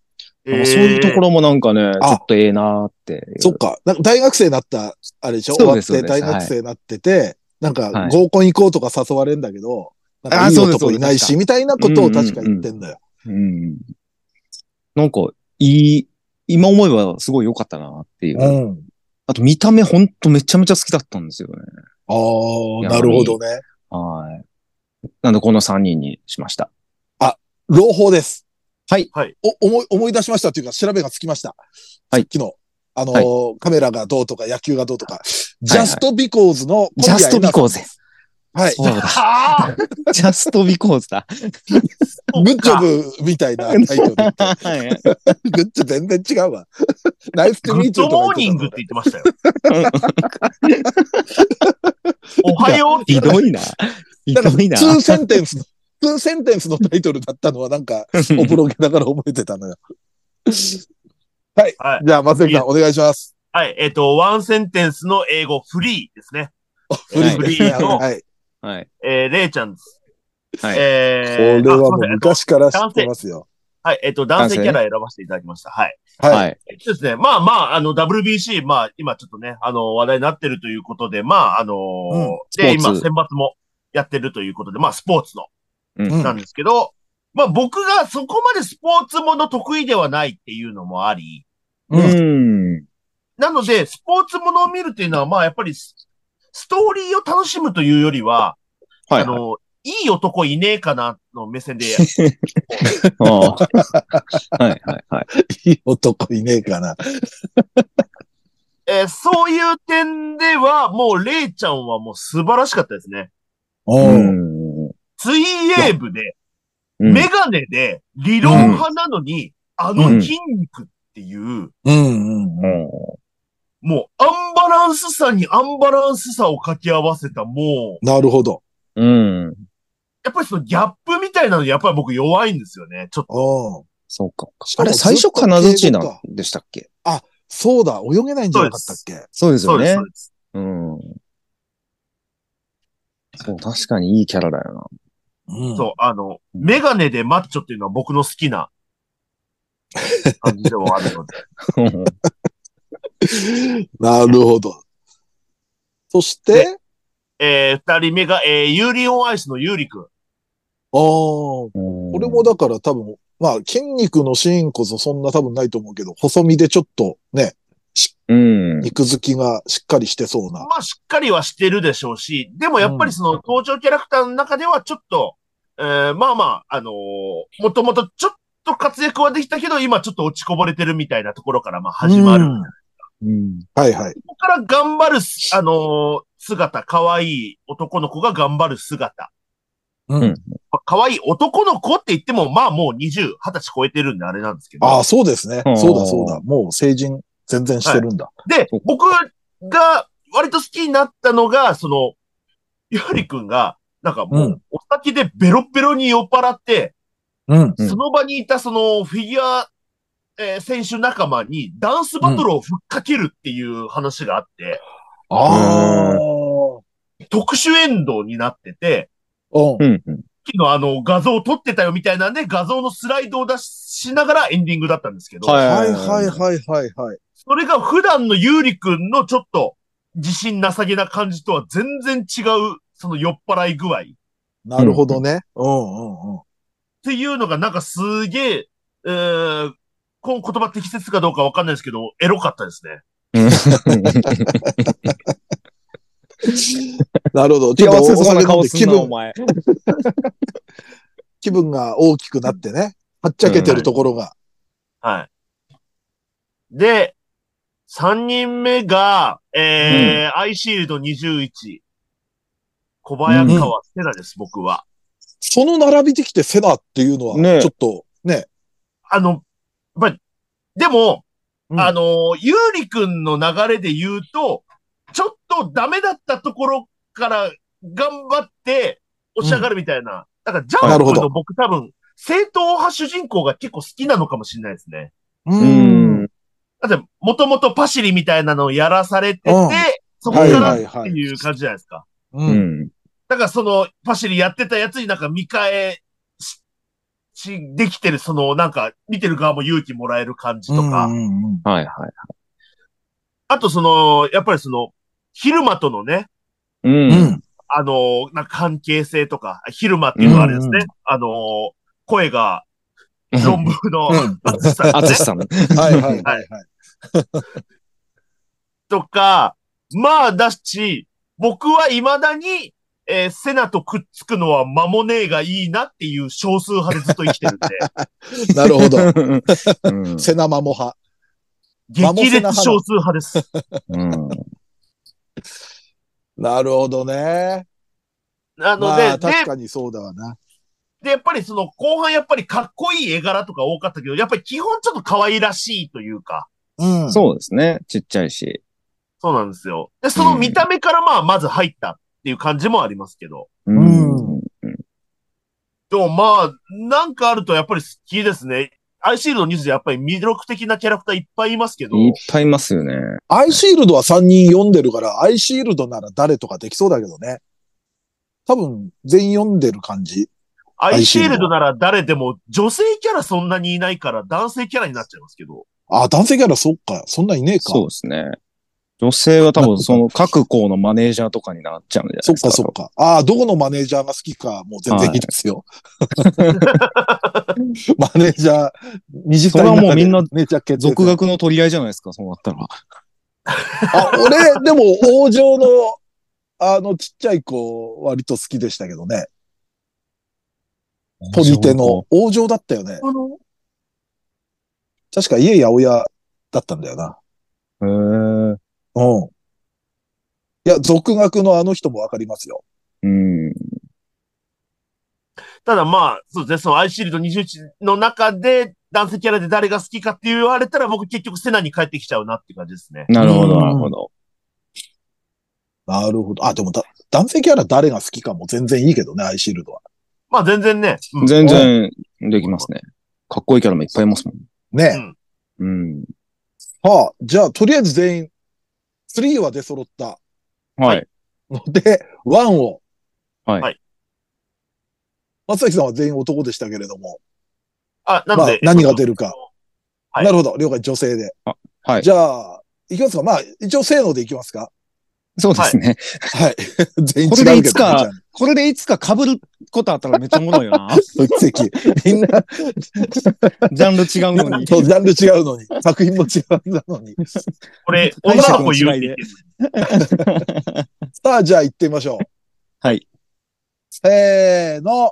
Speaker 3: なんかそういうところもなんかね、ち
Speaker 2: あ
Speaker 3: ょっとええなーっていう。
Speaker 2: そっか。なんか大学生になった、あれでしょ終
Speaker 3: そう
Speaker 2: わ
Speaker 3: で
Speaker 2: っ
Speaker 3: すそう
Speaker 2: て
Speaker 3: で
Speaker 2: 大
Speaker 3: す
Speaker 2: 学生になってて、なん
Speaker 3: は
Speaker 2: か
Speaker 3: い
Speaker 2: 合コン行こうとか誘われんだけど、なんか
Speaker 3: あ
Speaker 2: いい
Speaker 3: そうです
Speaker 2: 男いない
Speaker 3: そうです確
Speaker 2: し、みたいなことを確か言ってんだよ。
Speaker 3: うん。なんか、いい、今思えばすごい良かったなっていう。
Speaker 2: うん。
Speaker 3: あと見た目ほんとめちゃめちゃ好きだったんですよね。
Speaker 2: あ
Speaker 3: い
Speaker 2: あ、
Speaker 3: や
Speaker 2: なるほどね。
Speaker 3: はい。なんでこの3人にしました。
Speaker 2: 朗報です。
Speaker 3: はい
Speaker 4: はい。
Speaker 2: お、思い、思い出しましたというか、調べがつきました。
Speaker 3: は
Speaker 2: さ
Speaker 3: い
Speaker 2: っきの、あのー
Speaker 3: は
Speaker 2: カメラがどうとか、野球がどうとか、ジャストビコーズの、
Speaker 3: ジャストビコー
Speaker 2: ズ。
Speaker 3: ズ。
Speaker 2: はい。
Speaker 3: そう だ。
Speaker 4: はあ
Speaker 3: ジャストビコーズだ。
Speaker 2: グッジョブみたいなタイトル。
Speaker 3: はい
Speaker 2: グッジョブ全然違うわ。ナイストゥ
Speaker 4: グ
Speaker 2: ミ
Speaker 4: ッ
Speaker 2: ーチュ
Speaker 4: ド
Speaker 2: ーと
Speaker 4: モ
Speaker 2: か
Speaker 4: ーニ
Speaker 2: 言
Speaker 4: ン
Speaker 2: って
Speaker 4: グ
Speaker 2: た
Speaker 4: って言ってましたよ。おはようって
Speaker 3: ひどいな。ひ
Speaker 2: だか
Speaker 3: ど
Speaker 2: ら、ツ
Speaker 3: いな。
Speaker 2: ーセンテンスの、ツーセンテンスのタイトルだったのはなんか、おぼろげながら覚えてたのよ。はい。
Speaker 4: はい
Speaker 2: じゃあ、松井さん、お願いします。
Speaker 4: はい、えっ、と、ワンセンテンスの英語フリーですね。
Speaker 2: フリーですね。
Speaker 4: フリーの
Speaker 2: はい。
Speaker 3: はい。
Speaker 4: えー、レイちゃんです。
Speaker 3: はい
Speaker 2: こ
Speaker 4: えー、
Speaker 2: れはも
Speaker 4: あすいませんえ
Speaker 2: う
Speaker 4: っと
Speaker 2: 昔から知ってますよ。
Speaker 4: はい、えっ、と、男性
Speaker 3: 男性
Speaker 4: キ
Speaker 3: ね
Speaker 4: ャラ選ばせていただきました。はい。
Speaker 2: はい。
Speaker 3: い。
Speaker 4: えっとですね、まあまあ、あの、WBC、まあ、今ちょっとね、あの、話題になってるということで、まあ、あのー
Speaker 2: うん
Speaker 4: で、
Speaker 3: スポー
Speaker 4: 今、
Speaker 3: ツ
Speaker 4: 選抜もやってるということで、まあ、スポーツの、
Speaker 2: うん
Speaker 4: なんですけど、まあ、僕がそこまでスポーツもの得意ではないっていうのもあり、
Speaker 2: う
Speaker 3: うんん。
Speaker 4: なので、スポーツものを見るっていうのは、まあ、やっぱりス、ストーリーを楽しむというよりは、
Speaker 3: はい。
Speaker 4: あの、いい男いねえかな、の目 線で、
Speaker 3: ああはい。はい。はい。
Speaker 2: いい男いねえかな。
Speaker 4: えーそういう点では、もう、レイちゃんはもう素晴らしかったですね。
Speaker 2: う。
Speaker 3: うんん
Speaker 4: 水泳部で、
Speaker 3: うん
Speaker 4: メガネで、理論派なのに、あの筋肉っていう、
Speaker 2: うん。うん。
Speaker 4: もう、アンバランスさにアンバランスさを掛け合わせた、もう、
Speaker 2: なるほど。
Speaker 3: うん。
Speaker 4: やっぱりそのギャップみたいなの、やっぱり僕弱いんですよね。ちょっと。
Speaker 2: うん。
Speaker 3: そうか。
Speaker 2: しか
Speaker 3: あ
Speaker 2: も
Speaker 3: れ、
Speaker 2: ずっと
Speaker 3: 最初金槌な
Speaker 2: 敬語か
Speaker 3: んでしたっけ
Speaker 2: そうだ、泳げないんじゃなかったっけ
Speaker 3: そうです
Speaker 4: そ
Speaker 3: よ
Speaker 4: うです、
Speaker 3: ね
Speaker 4: そう。です。
Speaker 3: うん。そう、確かにいいキャラだよな。
Speaker 2: うん
Speaker 4: そう、あの、メガネでマッチョっていうのは僕の好きな感じではある ので。
Speaker 2: なるほど。そして、
Speaker 4: えー、二人目が、えー、ユーリオンアイスのユーリくん。
Speaker 2: ああ、こ
Speaker 3: こ
Speaker 2: れもだから多分、まあ筋肉のシーンこそそんな多分ないと思うけど、細身でちょっとね、
Speaker 3: うん。
Speaker 2: 肉付きがしっかりしてそうな。
Speaker 4: まあ、しっかりはしてるでしょうし、でもやっぱりその登場キャラクターの中ではちょっと、えー、まあまあ、あのーもともとちょっと活躍はできたけど、今ちょっと落ちこぼれてるみたいなところからまあ始まる。
Speaker 2: うん
Speaker 3: うん。
Speaker 2: はいはい。
Speaker 4: ここから頑張るす、あのー姿、可愛い男の子が頑張る姿。
Speaker 2: うん
Speaker 3: うん
Speaker 4: まあ可愛い男の子って言っても、まあもう20、20歳超えてるんであれなんですけど。
Speaker 2: ああ、そうですね
Speaker 3: う。ん
Speaker 2: そうだそうだ。もう成人全然してるんだ。
Speaker 4: で
Speaker 3: そっ、か
Speaker 4: 僕が割と好きになったのが、その、ゆうりくんが、なんかも
Speaker 2: う
Speaker 4: う、お酒でベロベロに酔っ払って、
Speaker 2: うん。
Speaker 3: うん
Speaker 4: その場にいたそのフィギュア、えー選手仲間にダンスバトルをふっかけるっていう話があって、
Speaker 2: ああ。
Speaker 4: 特殊エンドになってて、
Speaker 2: うん。
Speaker 3: うん。うん
Speaker 4: 昨日あの画像を撮ってたよみたいなんで画像のスライドを出ししながらエンディングだったんですけど、
Speaker 3: はい
Speaker 2: はいはいはいはいはい。
Speaker 4: それが普段のゆうりくんのちょっと自信なさげな感じとは全然違う、その酔っ払い具合っ
Speaker 2: なるほどね。うんうんうん。
Speaker 4: ていうのがなんかすげえ、えー、この言葉適切かどうかわかんないですけど、エロかったですね。
Speaker 2: なるほど。ちょっと
Speaker 3: 幸
Speaker 2: お
Speaker 3: せそう
Speaker 2: 酒
Speaker 3: な
Speaker 2: 飲ん
Speaker 3: 顔
Speaker 2: です気
Speaker 3: んな、
Speaker 2: 分
Speaker 3: お前。
Speaker 2: 気分が大きくなってね、はっちゃけてるところが。
Speaker 4: はい。で、3人目が、えーアイシールド21。小早川セナです、僕は。
Speaker 2: その並びてきてセナっていうのは、
Speaker 3: ねえ
Speaker 2: ちょっとね、
Speaker 4: あの、まあ、でも、
Speaker 2: うん
Speaker 4: あの、ゆうりくんの流れで言うと、ちょっとダメだったところから頑張って、おし上がるみたいな。だから、ジ
Speaker 2: な
Speaker 4: ャ
Speaker 2: る
Speaker 4: ン
Speaker 2: ほ
Speaker 4: プ
Speaker 2: ど
Speaker 4: の僕多分、正統派主人公が結構好きなのかもしれないですね。
Speaker 2: う
Speaker 3: う。ん。
Speaker 4: だって、もともとパシリみたいなのをやらされてて、
Speaker 2: うん
Speaker 4: そこ
Speaker 2: は
Speaker 4: か
Speaker 2: い
Speaker 4: ら
Speaker 2: は
Speaker 4: っ
Speaker 2: いは
Speaker 4: て
Speaker 2: い。
Speaker 4: いう感じじゃないですか。
Speaker 2: う。
Speaker 3: うんん。
Speaker 4: だからその、パシリやってたやつになんか見返し、しできてる、その、なんか、見てる側も勇気もらえる感じとか、
Speaker 2: うんうんうん
Speaker 3: はいはい。
Speaker 4: あとその、やっぱりその、昼間とのね、
Speaker 3: う。
Speaker 2: うんん。
Speaker 4: あの、なんか関係性とか、昼間っていうのはあれですね、
Speaker 2: うんうん
Speaker 4: あの、声が、論文の
Speaker 2: うん
Speaker 4: 厚さ
Speaker 3: あつしさ ん。
Speaker 2: はいはいはいはい。
Speaker 4: とか、まあだし、僕は未だに、えーセナとくっつくのはマモネーがいいなっていう少数派でずっと生きてるん で、
Speaker 2: なるほど。
Speaker 3: うん
Speaker 2: セナマモ派。マモ
Speaker 4: 激
Speaker 2: セナ派なの
Speaker 4: 烈少数派です。
Speaker 3: うん。
Speaker 2: なるほどね。
Speaker 4: なので、
Speaker 2: ま
Speaker 4: で、
Speaker 2: あ確かにそうだわな。
Speaker 4: で、やっぱりその後半やっぱりかっこいい絵柄とか多かったけど、やっぱり基本ちょっと可愛らしいというか、
Speaker 2: うん。
Speaker 3: そうですね。ちっちゃいし。
Speaker 4: そうなんですよ。で、その見た目からまあ、まず入ったっていう感じもありますけど。
Speaker 2: うん
Speaker 4: でもまあ、なんかあるとやっぱり好きですね。アイシールドニュースでやっぱり魅力的なキャラクターいっぱいいますけど、
Speaker 3: いっぱいいますよね。
Speaker 2: アイシールドは3人読んでるから、アイシールドなら誰とかできそうだけどね。多分、全員読んでる感じ。
Speaker 4: ア
Speaker 2: イ
Speaker 4: イシ
Speaker 2: シー
Speaker 4: ー
Speaker 2: ル
Speaker 4: ル
Speaker 2: ド
Speaker 4: ドなら誰でも女性キャラそんなにいないから男性キャラになっちゃいますけど、
Speaker 2: あ、男性キャラそっか。そんないねえか。
Speaker 3: そうですね。女性は多分その各校のマネージャーとかになっちゃうんじゃない
Speaker 2: そ
Speaker 3: で
Speaker 2: っ
Speaker 3: すか。
Speaker 2: かそっか。ああ、どこのマネージャーが好きか、もう全然いいです よ。マネージャー、二次
Speaker 3: それはもうみんな
Speaker 2: めちゃけ
Speaker 3: 俗。学の取り合いじゃないですか、そうなったら。
Speaker 2: あ、俺、でも、王城の、あの、ちっちゃい子、割と好きでしたけどね。ポジテの。王城だったよね。
Speaker 4: あの、
Speaker 2: 確か家八百屋だったんだよな。
Speaker 3: へー
Speaker 2: うん。いや、俗学のあの人もわかりますよ。
Speaker 3: うん。
Speaker 4: ただまあ、そうですね、そのアイシールド21の中で男性キャラで誰が好きかって言われたら僕結局セナに帰ってきちゃうなって感じですね。
Speaker 3: なるほ
Speaker 2: う
Speaker 3: ど、
Speaker 2: ん
Speaker 3: なるほど。
Speaker 2: なるほど。あ、でもだ、男性キャラ誰が好きかも全然いいけどね、アイシールドは。
Speaker 4: まあ全然ね。うん
Speaker 3: 全然できますね。かっこいいキャラもいっぱいいますもん。
Speaker 2: ね
Speaker 3: う
Speaker 2: え。
Speaker 3: ん。
Speaker 2: はあ、じゃあ、とりあえず全員、3は出揃った。
Speaker 3: はい。
Speaker 2: ので、1を。
Speaker 3: はい
Speaker 4: はい
Speaker 2: 松崎さんは全員男でしたけれども。
Speaker 4: あ、な
Speaker 2: ま
Speaker 4: の
Speaker 2: あ
Speaker 4: で、、
Speaker 2: 何が出るか。
Speaker 4: はい
Speaker 2: なるほど。了解、女性で。
Speaker 3: はい
Speaker 2: じ。ゃあ、いきますか。まあ、一応、せーのでいきますか。
Speaker 3: そうですね。
Speaker 2: はい。全員違うけど。
Speaker 3: これでいつか
Speaker 2: じゃあ
Speaker 3: これでいつか被ることあったらめっちゃおもろいよ な。
Speaker 2: 分析。みんな、
Speaker 3: ジャンル違う のに。
Speaker 2: そうジャンル違うのに、作品も違うのに。
Speaker 4: これ、
Speaker 3: 解
Speaker 4: 女
Speaker 3: 釈
Speaker 4: の子
Speaker 3: の
Speaker 4: 言う
Speaker 3: 違
Speaker 4: って言
Speaker 3: いで
Speaker 4: ってる
Speaker 2: さあ、じゃあ行ってみましょう。
Speaker 3: はい。
Speaker 2: せーの、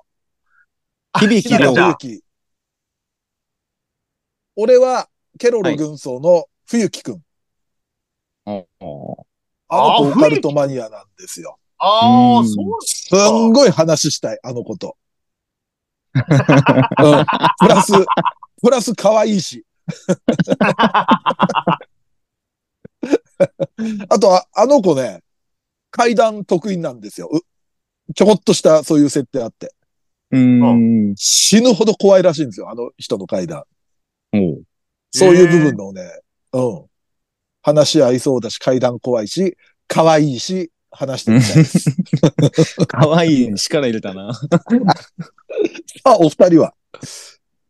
Speaker 3: 響き
Speaker 4: ひな
Speaker 3: の
Speaker 4: ちゃん
Speaker 2: 冬木。俺は、ケロロ軍曹の冬木くん。
Speaker 3: お
Speaker 2: あの子
Speaker 4: あ
Speaker 2: オカルトマニアなんですよ。
Speaker 4: あ
Speaker 3: う
Speaker 4: あ、
Speaker 3: ん
Speaker 4: そう
Speaker 2: すんごい話したい、あの子と。 うんプラス、プラス可愛いし。 あとは、あの子ね、階段得意なんですよ。うちょこっとしたそういう設定あって。
Speaker 3: ーうん。
Speaker 2: 死ぬほど怖いらしいんですよ、あの人の階段。
Speaker 3: おう
Speaker 2: そういう部分のね、うん。話し合いそうだし、階段怖いし、可愛いし、話してみたいです。
Speaker 3: かわいいに力入れたな。
Speaker 2: あ、お二人は。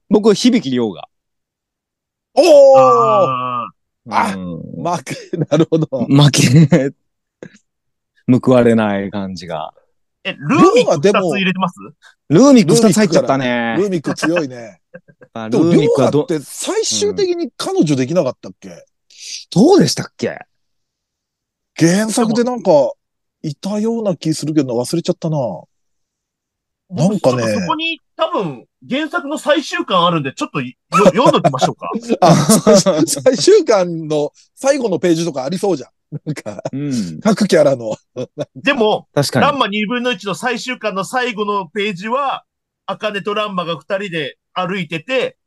Speaker 3: 僕は響きうが。
Speaker 2: おー
Speaker 4: あ
Speaker 2: あ
Speaker 3: うん
Speaker 2: 負け、なるほど。
Speaker 3: 負け、報われない感じが。
Speaker 4: ーえ、ルーミック
Speaker 2: ルーはで
Speaker 4: 2つ
Speaker 2: も
Speaker 4: 入れてます
Speaker 3: ルーミック2つ入っちゃったね。
Speaker 2: ルーミック強いね。
Speaker 3: あ
Speaker 2: で
Speaker 3: ル
Speaker 2: も、
Speaker 3: ー
Speaker 2: リ
Speaker 3: ミッ
Speaker 2: ョ
Speaker 3: クは
Speaker 2: ウガ
Speaker 3: ど
Speaker 2: っ、て最終的に彼女できなかったっけ、
Speaker 3: どうでしたっけ
Speaker 2: 原作でなんか、いたような気するけど、忘れちゃったな。なんかね
Speaker 4: ちょっとそこに多分原作の最終巻あるんで、ちょっとよ読んどきましょうか。
Speaker 2: あ、最終最終巻の最後のページとかありそうじゃん。なんか、
Speaker 3: うん。
Speaker 2: 各キャラの。
Speaker 4: でも、
Speaker 3: 確か
Speaker 4: ラ
Speaker 3: に。
Speaker 4: ンマ2分の1の最終巻の最後のページは、アカネとランマが2人で歩いてて、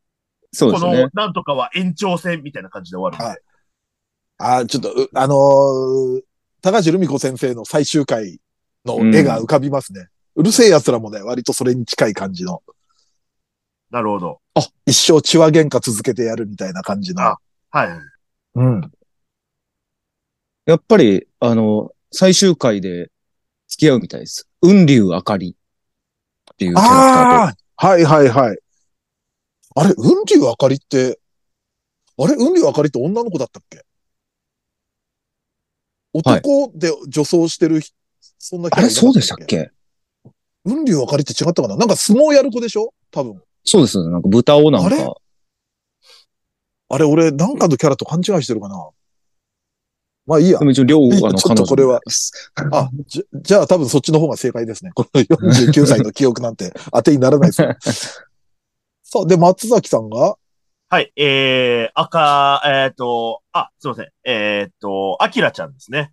Speaker 3: そうで
Speaker 4: こ
Speaker 3: すね
Speaker 4: の。なんとかは延長戦みたいな感じで終わるんで。
Speaker 2: あ、ちょっと、うあのー高橋留美子先生の最終回の絵が浮かびますね。うるせえ奴らもね、割とそれに近い感じの。
Speaker 4: なるほど。
Speaker 2: 一生血は喧嘩続けてやるみたいな感じの
Speaker 4: あ。はい。
Speaker 2: うん。
Speaker 3: やっぱり、あの、最終回で付き合うみたいです。雲竜あかりっていうキャラクター
Speaker 2: ああ、はいはいはい。あれ、雲竜あかりって、あれ、雲竜あかりって女の子だったっけ
Speaker 3: はい
Speaker 2: 男で女装してる人、そんなキ
Speaker 3: と。
Speaker 2: ャラ
Speaker 3: あれ、
Speaker 2: いなか
Speaker 3: そう
Speaker 2: った
Speaker 3: で
Speaker 2: っ
Speaker 3: したっ
Speaker 2: け
Speaker 3: け
Speaker 2: 雲竜あかりって違ったかななんか相撲やる子でしょ多分。
Speaker 3: そうです。なんか豚をなん
Speaker 2: あれ
Speaker 3: か、
Speaker 2: あれ、俺、なんかのキャラと勘違いしてるかなまあいいや
Speaker 3: で。も一応両
Speaker 2: いい
Speaker 3: 方あの
Speaker 2: ちょっ
Speaker 3: 彼
Speaker 2: と
Speaker 3: 女
Speaker 2: これは
Speaker 3: です。
Speaker 2: あ、じゃ、じゃあ多分そっちの方が正解ですね。この49歳の記 憶なんて当てにならないですよ。さあ、で、松崎さんが、
Speaker 4: はい。えー、赤、えっ、と、あ、すいません。えっ、と、アキラちゃんですね。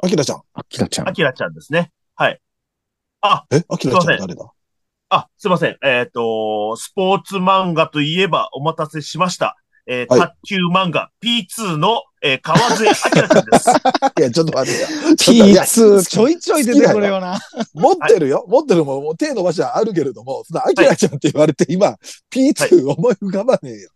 Speaker 2: アキラちゃん。
Speaker 3: あきらちゃん
Speaker 4: ア。キラちゃんですね。はい。
Speaker 2: え、アキラちゃん誰だ
Speaker 4: あ、すいません。えっ、と、スポーツ漫画といえばお待たせしました。えー
Speaker 2: はい
Speaker 4: 卓球漫画 P2 の、えー、川添明さん です。
Speaker 2: いや、ちょっと待ってよ。いや
Speaker 3: P2、ちょいちょい出てくるよな。
Speaker 2: 持ってるよ。持ってるもん。もう手伸ばしはあるけれども、その、アキラちゃんって言われて今、P2 思い浮かばねえよ。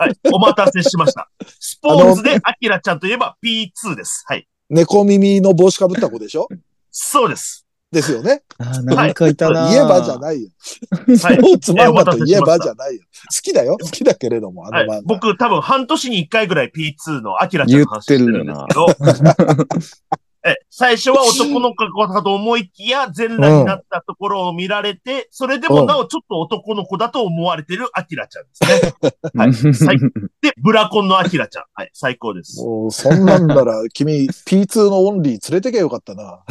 Speaker 4: はい。お待たせしました。スポーツで明ちゃんといえば P2 です。はい。
Speaker 2: 猫耳の帽子かぶった子でしょ
Speaker 4: そうです。
Speaker 2: ですよね。
Speaker 3: あーなんかいたな。
Speaker 2: 言えばじゃないよ。
Speaker 4: はい
Speaker 2: スポーツ漫画と言えばじゃないよ。好きだよ。好きだけれども、あの
Speaker 4: は
Speaker 2: 漫画。
Speaker 4: い、僕多分半年に一回ぐらい P2 の明ちゃんの話してるんですけど、 え最初は男の子かと思いきや全裸になったところを見られて、それでもなおちょっと男の子だと思われてる明ちゃんですね。はい最で、ブラコンの明ちゃん。はい、最高です。
Speaker 2: もう、そんなんなら、 君、P2 のオンリー連れてけばよかったな。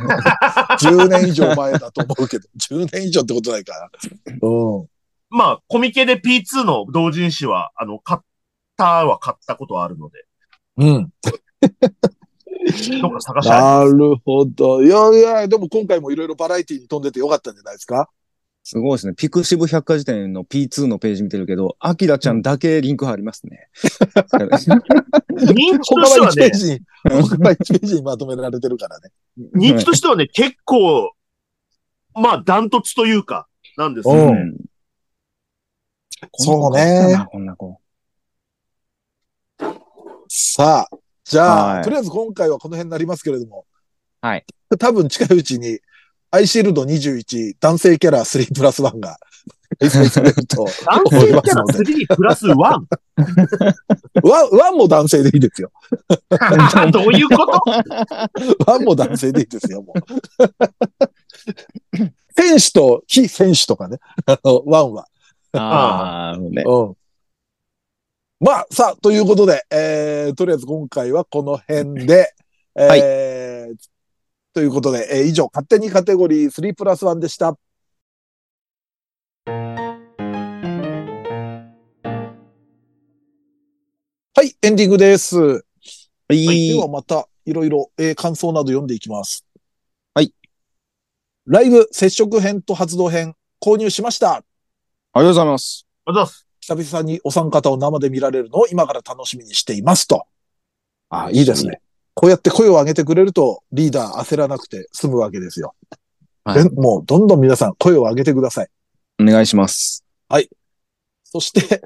Speaker 2: 10年以上前だと思うけど、10年以上ってことないから。うん。
Speaker 4: まあ、コミケで P2 の同人誌は、あの、買ったは買ったことはあるので、
Speaker 2: うん。
Speaker 4: どっか探しゃ
Speaker 2: なるほど。いやいや、でも今回もいろいろバラエティに飛んでてよかったんじゃないですか
Speaker 3: すごいですね。ピクシブ百科事典の P2 のページ見てるけど、アキラちゃんだけリンクあります ね。
Speaker 4: 認知と
Speaker 2: 他
Speaker 4: しては
Speaker 2: は1ペ
Speaker 4: ね
Speaker 2: ー、ジに、他は1ページにまとめられてるからね。
Speaker 4: 認知としてはね、結構、まあ、ダントツというか、なんです
Speaker 2: う
Speaker 4: よ。
Speaker 2: んそうね。
Speaker 3: こんな子。
Speaker 2: さあ、じゃあ、
Speaker 3: はい
Speaker 2: とりあえず今回はこの辺になりますけれども。
Speaker 3: はい。
Speaker 2: 多分近いうちに、アイシールド21男性キャラ3プラス1が、開催される と
Speaker 4: 男性
Speaker 2: 思いま
Speaker 4: キ
Speaker 2: す
Speaker 4: ャラ
Speaker 2: ので。
Speaker 4: 3プラス 1?
Speaker 2: 1も男性でいいですよ。
Speaker 4: どういうこと
Speaker 2: 1も男性でいいですよ、 もう。選手と非選手とかね。あの、1は。
Speaker 3: ああ、ね。
Speaker 2: うん。まあ、さあ、ということで、えー、とりあえず今回はこの辺で、えー
Speaker 3: はい
Speaker 2: ということで、えー以上、勝手にカテゴリー3プラス1でした。はい、エンディングです。はい、ではまた、いろいろ、えー感想など読んでいきます。
Speaker 3: はい。
Speaker 2: ライブ、接触編と発動編、購入しました。
Speaker 3: ありがとうございます。
Speaker 4: あざっす。
Speaker 2: 久々にお三方を生で見られるのを今から楽しみにしていますと。あ
Speaker 3: いいですね。
Speaker 2: こうやって声を上げてくれると、リーダー焦らなくて済むわけですよ。
Speaker 3: はい
Speaker 2: でもう、どんどん皆さん声を上げてください。
Speaker 3: お願いします。
Speaker 2: そして、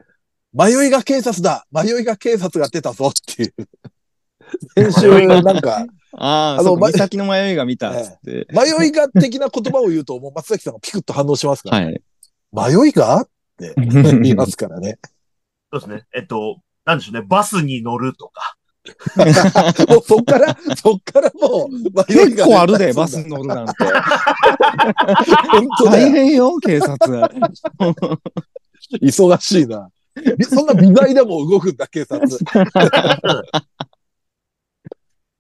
Speaker 2: 迷いが警察だ迷いが警察が出たぞっていう。先週、なんか、
Speaker 3: あ
Speaker 2: あ
Speaker 3: あ、
Speaker 2: の
Speaker 3: そうか
Speaker 2: ま
Speaker 3: 三崎の迷いが見たっつって。
Speaker 2: 迷いが的な言葉を言うと、もう松崎さんがピクッと反応しますから、
Speaker 3: はい。
Speaker 2: 迷いがって言いますからね。
Speaker 4: そうですね。えっと、なんでしょうね。バスに乗るとか。
Speaker 2: もうそっから、そっからもう、迷い
Speaker 3: 結
Speaker 2: が。
Speaker 3: 構あるで、バスに乗るなんて。
Speaker 2: 本当だよ
Speaker 3: 大変よ、警 察。
Speaker 2: 忙しいな。みそんな微内でも動くんだ、警察。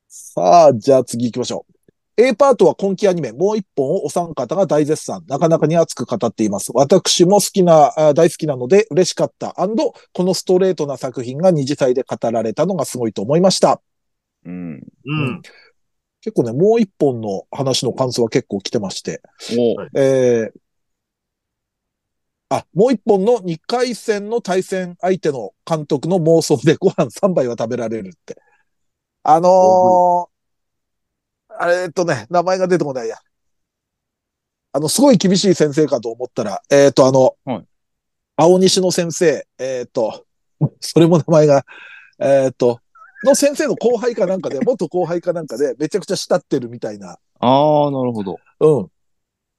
Speaker 2: さあ、じゃあ次行きましょう。A パートは今期アニメ、もう一本をお三方が大絶賛。なかなかに熱く語っています。私も好きな、あ大好きなので嬉しかった。このストレートな作品が二次祭で語られたのがすごいと思いました。
Speaker 3: うん。
Speaker 4: うん。
Speaker 2: 結構ね、もう一本の話の感想は結構来てまして。
Speaker 3: お
Speaker 4: はい
Speaker 2: えーあ、もう一本の2回戦の対戦相手の監督の妄想でご飯3杯は食べられるって。あのー、あれえっとね、名前が出てこないや。あの、すごい厳しい先生かと思ったら、えっ、と、あの、
Speaker 3: はい
Speaker 2: 青西の先生、えっ、と、それも名前が、えっ、と、の先生の後輩かなんかで、元後輩かなんかで、めちゃくちゃ慕ってるみたいな
Speaker 3: ああ、なるほど。
Speaker 2: うん。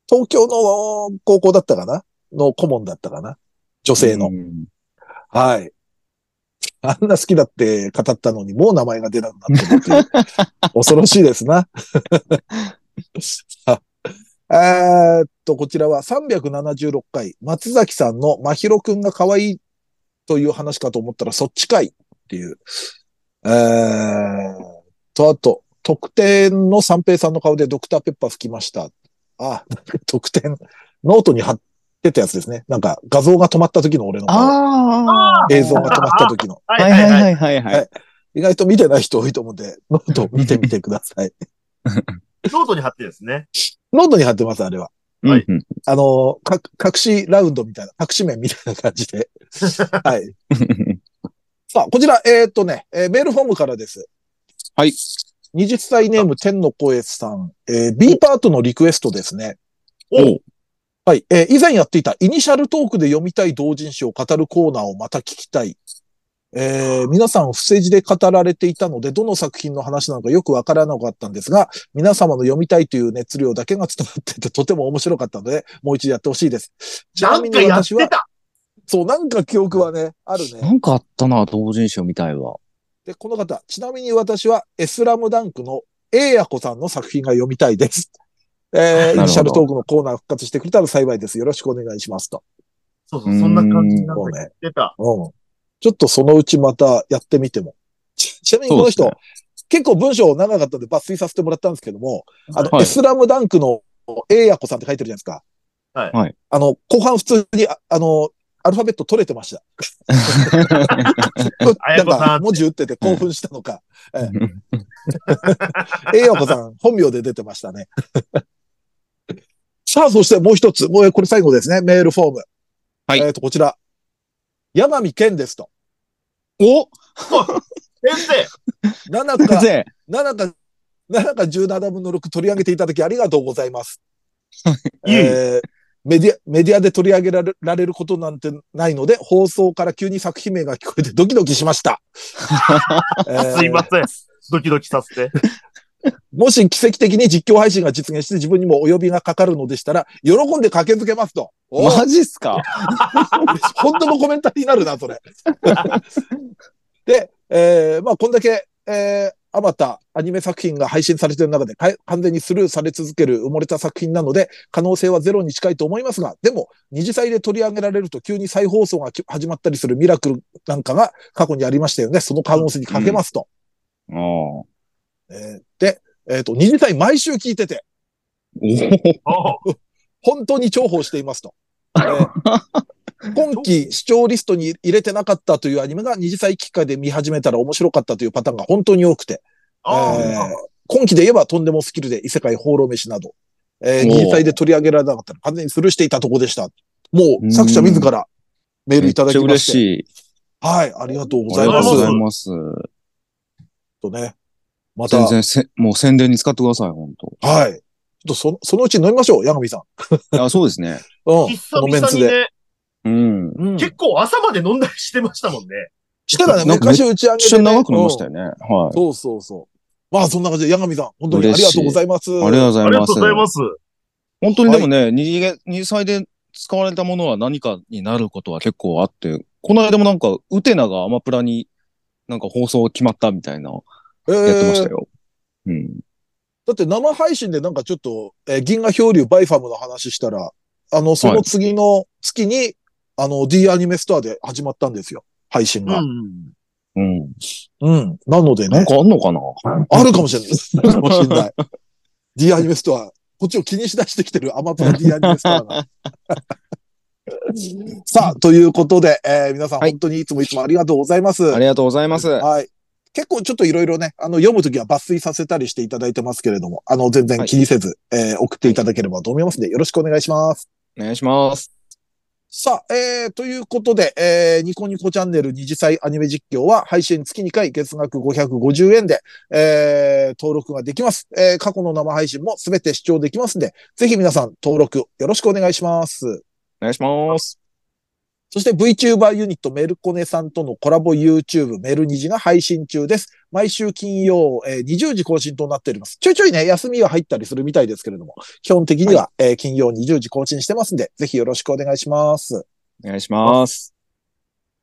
Speaker 2: 東京の高校だったかなの顧問だったかな女性の。
Speaker 3: うん
Speaker 2: はい。あんな好きだって語ったのに、もう名前が出なくなってるっていう。恐ろしいですな。 さあえーっと、こちらは376回、松崎さんのまひろくんが可愛いという話かと思ったら、そっちかいっていう。えーっと、あと、特典の三平さんの顔でドクターペッパー吹きました。あ、特典、ノートに貼ってたやつですね。なんか画像が止まった時の俺の顔。
Speaker 3: ああ。
Speaker 2: 映像が止まった時の。
Speaker 4: は
Speaker 3: はいい
Speaker 4: は
Speaker 3: はいい
Speaker 4: は。
Speaker 3: はいいはいはい。
Speaker 2: 意外と見てない人多いと思うんで、ノートを見てみてください。
Speaker 4: ノートに貼ってですね。
Speaker 2: ノートに貼ってます、あれは。
Speaker 4: はい
Speaker 3: うんうん
Speaker 2: あの、か、隠しラウンドみたいな、隠し面みたいな感じで。はい。さあ、こちら、えーっとね、えーメールフォームからです。
Speaker 3: はい。
Speaker 2: 20歳ネーム天の声さん、えー B パートのリクエストですね。
Speaker 4: お
Speaker 2: はい。えー以前やっていたイニシャルトークで読みたい同人誌を語るコーナーをまた聞きたい。えー皆さん、不正字で語られていたので、どの作品の話なのかよくわからなかったんですが、皆様の読みたいという熱量だけが伝わってて、とても面白かったので、もう一度やってほしいです。ち
Speaker 4: な
Speaker 2: なんみ
Speaker 4: か
Speaker 2: に
Speaker 4: やって
Speaker 2: 私は、
Speaker 4: た。
Speaker 2: そう、なんか記憶はね、あるね。
Speaker 3: なんかあったな、同人誌を見たいわ。
Speaker 2: で、この方、ちなみに私は、エスラムダンクのエイヤコさんの作品が読みたいです。えー
Speaker 3: ほど
Speaker 2: イニシャルトークのコーナー復活してくれたら幸いです。よろしくお願いしますと。
Speaker 4: そうそう、そんな感じにな
Speaker 2: もう
Speaker 4: っ
Speaker 2: ね、
Speaker 4: てた。
Speaker 2: うん。ちょっとそのうちまたやってみても。ちちなみにこ
Speaker 3: そう
Speaker 2: の
Speaker 3: です
Speaker 2: 人、
Speaker 3: ね
Speaker 2: 結構文章長かったんで抜粋させてもらったんですけども、あの、
Speaker 3: はい
Speaker 2: エスラムダンクのエイヤコさんって書いてるじゃないですか。
Speaker 4: はい
Speaker 3: はい
Speaker 2: あの、後半普通に、ああの、アルファベット取れてました。
Speaker 4: あやこさん
Speaker 2: なんか文字打ってて興奮したのか。 エイヤコさん、本名で出てましたね。 さあ、そしてもう一つ、もうこれ最後ですね、メールフォーム。
Speaker 3: はい
Speaker 2: えっ、と、こちら。山見健ですと。
Speaker 4: 先
Speaker 3: お
Speaker 4: 生、
Speaker 2: 7
Speaker 3: 先
Speaker 2: か、
Speaker 3: 生
Speaker 2: 7か、7か17分の6取り上げていただきありがとうございます。
Speaker 4: いえいえ
Speaker 2: えーメディア、メディアで取り上げられられることなんてないので、放送から急に作品名が聞こえてドキドキしま した。えー
Speaker 4: すいません。ドキドキさせて。
Speaker 2: もし奇跡的に実況配信が実現して自分にもお呼びがかかるのでしたら、喜んで駆けつけますと。おー
Speaker 3: マジっすか
Speaker 2: 本当のコメンタリーになるな、それ。 で、えーまあ、こんだけ、えーあまたアニメ作品が配信されている中で、かい完全にスルーされ続ける埋もれた作品なので、可能性はゼロに近いと思いますが、でも、二次祭で取り上げられると急に再放送がき始まったりするミラクルなんかが過去にありましたよね。その可能性にかけますと。
Speaker 3: ああ。お
Speaker 2: えーで、えっ、と、二次祭毎週聞いてて、
Speaker 4: おう
Speaker 2: 本当に重宝しています と。えー今期視聴リストに入れてなかったというアニメが二次祭きっかけで見始めたら面白かったというパターンが本当に多くて、
Speaker 4: おう
Speaker 2: えー今期で言えばとんでもスキルで異世界放浪飯など、えー
Speaker 3: おー
Speaker 2: 二次祭で取り上げられなかったら完全にスルーしていたとこでした。も
Speaker 3: う
Speaker 2: うん作者自らメール
Speaker 3: め
Speaker 2: い
Speaker 3: った
Speaker 2: だ
Speaker 3: ち
Speaker 2: き
Speaker 3: ゃ
Speaker 2: ま
Speaker 3: 嬉
Speaker 2: して。
Speaker 3: しい。
Speaker 2: はい、ありがとうござ
Speaker 3: あ
Speaker 2: い
Speaker 3: り
Speaker 2: ま
Speaker 3: が
Speaker 2: す。
Speaker 3: とうござい
Speaker 2: ちょ
Speaker 3: ます。
Speaker 2: っとね。また、
Speaker 3: 全
Speaker 2: はい。
Speaker 3: 然せ、もう宣伝に使ってください、本当
Speaker 2: ちょっとそのそのうち飲みましょう、ヤガミさん。
Speaker 3: いや、そうですね。
Speaker 2: うん。
Speaker 4: 久
Speaker 2: このメン
Speaker 4: 々
Speaker 2: ツ
Speaker 4: に
Speaker 2: で。
Speaker 4: ね、
Speaker 3: うん。
Speaker 2: うん
Speaker 4: 結構朝まで飲んだりしてましたもんね。
Speaker 2: したらね、
Speaker 3: なんかめ
Speaker 2: 昔打ち上げ
Speaker 3: 一
Speaker 2: で、
Speaker 3: 瞬
Speaker 2: ね。
Speaker 3: 長くなりました
Speaker 2: よ。
Speaker 3: よね。はい。
Speaker 2: そうそうそう。まあそんな感じで、ヤガミさん、本当にあ
Speaker 3: 嬉
Speaker 2: り
Speaker 3: しい
Speaker 2: がとうございます。
Speaker 3: ありがとうご
Speaker 4: あ
Speaker 3: ざい
Speaker 4: り
Speaker 3: ま
Speaker 4: が
Speaker 3: す
Speaker 4: とう。ございます。
Speaker 3: 本当にでもね、二次元二次祭で使われたものは何かになることは結構あって、この間もなんか、ウテナがアマプラになんか放送決まったみたいな、
Speaker 2: えー
Speaker 3: やってましたよ。うん。
Speaker 2: だって生配信でなんかちょっと、えー銀河漂流バイファムの話したら、あの、その次の月に、あの、D アニメストアで始まったんですよ。配信
Speaker 4: う
Speaker 2: が。
Speaker 4: ん。
Speaker 3: うん。
Speaker 2: うん。なので
Speaker 3: なん
Speaker 2: ね、
Speaker 3: かあんのかな
Speaker 2: あるかもしれ ない。あるかもしれない。D アニメストア、こっちを気にしだしてきてるアマプラ D アニメストア が。さあ、ということで、えー皆さん
Speaker 3: はい
Speaker 2: 本当にいつもいつもありがとうございます。
Speaker 3: ありがとうございます。
Speaker 2: はい。結構ちょっといろいろね、あの、読むときは抜粋させたりしていただいてますけれども、あの、全然気にせず、えー送っていただければと思いますので、よろしくお願いします。
Speaker 3: お願いします。
Speaker 2: さあ、えー、ということで、えー、ニコニコチャンネル二次祭アニメ実況は配信月2回月額550円で、えー、登録ができます。えー、過去の生配信もすべて視聴できますので、ぜひ皆さん登録よろしくお願いします。
Speaker 3: お願いします。
Speaker 2: そして VTuber ユニットメルコネさんとのコラボ YouTube メルニジが配信中です。毎週金曜、えー20時更新となっております。ちょいちょいね、休みは入ったりするみたいですけれども、基本的には、えー金曜20時更新してますんで、ぜひよろしくお願いします。
Speaker 3: お願いします。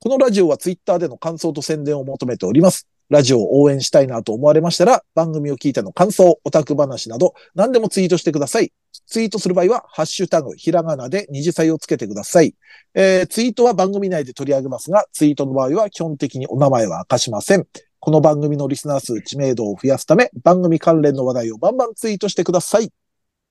Speaker 2: このラジオは Twitter での感想と宣伝を求めております。ラジオを応援したいなと思われましたら、番組を聞いての感想、オタク話など、何でもツイートしてください。ツイートする場合は、ハッシュタグ、ひらがなで二次祭をつけてください。えーツイートは番組内で取り上げますが、ツイートの場合は基本的にお名前は明かしません。この番組のリスナー数、知名度を増やすため、番組関連の話題をバンバンツイートしてください。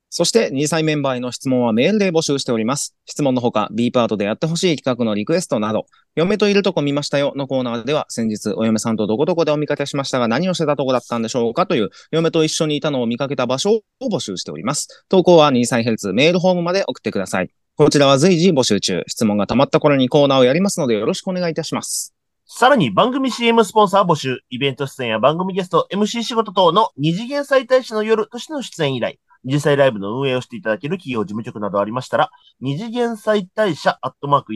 Speaker 3: そして、二歳メンバーへの質問はメールで募集しております。質問のほか、B パートでやってほしい企画のリクエストなど、嫁といるとこ見ましたよのコーナーでは、先日、お嫁さんとどこどこでお見かけしましたが、何をしてたとこだったんでしょうかという、嫁と一緒にいたのを見かけた場所を募集しております。投稿は二歳ヘルツメールホームまで送ってください。こちらは随時募集中。質問が溜まった頃にコーナーをやりますので、よろしくお願いいたします。
Speaker 4: さらに番組 CM スポンサー募集、イベント出演や番組ゲスト、MC 仕事等の二次元再大使の夜としての出演以来、二次祭ライブの運営をしていただける企業事務局などありましたら、二次元再大社アットマーク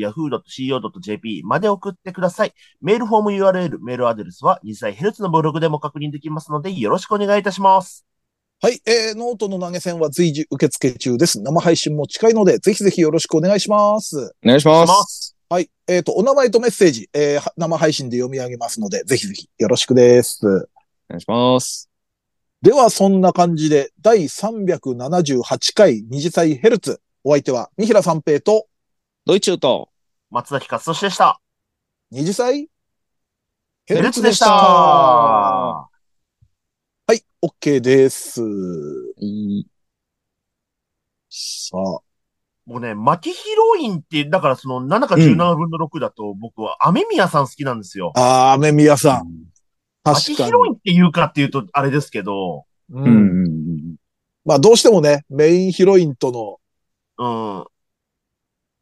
Speaker 4: yahoo.co.jp まで送ってください。メールフォーム URL、メールアドレスは二次祭ヘルツのブログでも確認できますので、よろしくお願いいたします。
Speaker 2: はい、えー、ノートの投げ銭は随時受付中です。生配信も近いので、ぜひぜひよろしくお願いします。
Speaker 3: お願いし
Speaker 4: お願
Speaker 3: ま。
Speaker 4: いしますす。
Speaker 2: はい。えっ、と、お名前とメッセージ、えーは生配信で読み上げますので、ぜひぜひよろしくです。
Speaker 3: お願いします。
Speaker 2: では、そんな感じで、第378回二次祭ヘルツ。お相手は、三平三平と
Speaker 3: ドイチューと、
Speaker 4: 松崎勝利でした。
Speaker 2: 二次祭ヘ
Speaker 4: ヘルツでし
Speaker 2: は
Speaker 4: た。
Speaker 2: い、OK です。
Speaker 3: いい
Speaker 2: さあ、
Speaker 4: もうね、巻きヒロインって、だからその7か17分の6だと、僕は雨宮さん好きなんですよ。
Speaker 2: あー、雨宮さん。
Speaker 4: 巻
Speaker 2: 確
Speaker 4: き
Speaker 2: か
Speaker 4: ヒ
Speaker 2: に。
Speaker 4: ロインっていうかっていうと、あれですけど、
Speaker 2: う
Speaker 3: うん
Speaker 2: ん。
Speaker 3: うんうん。
Speaker 2: まあ、どうしてもね、メインヒロインとの
Speaker 4: うん。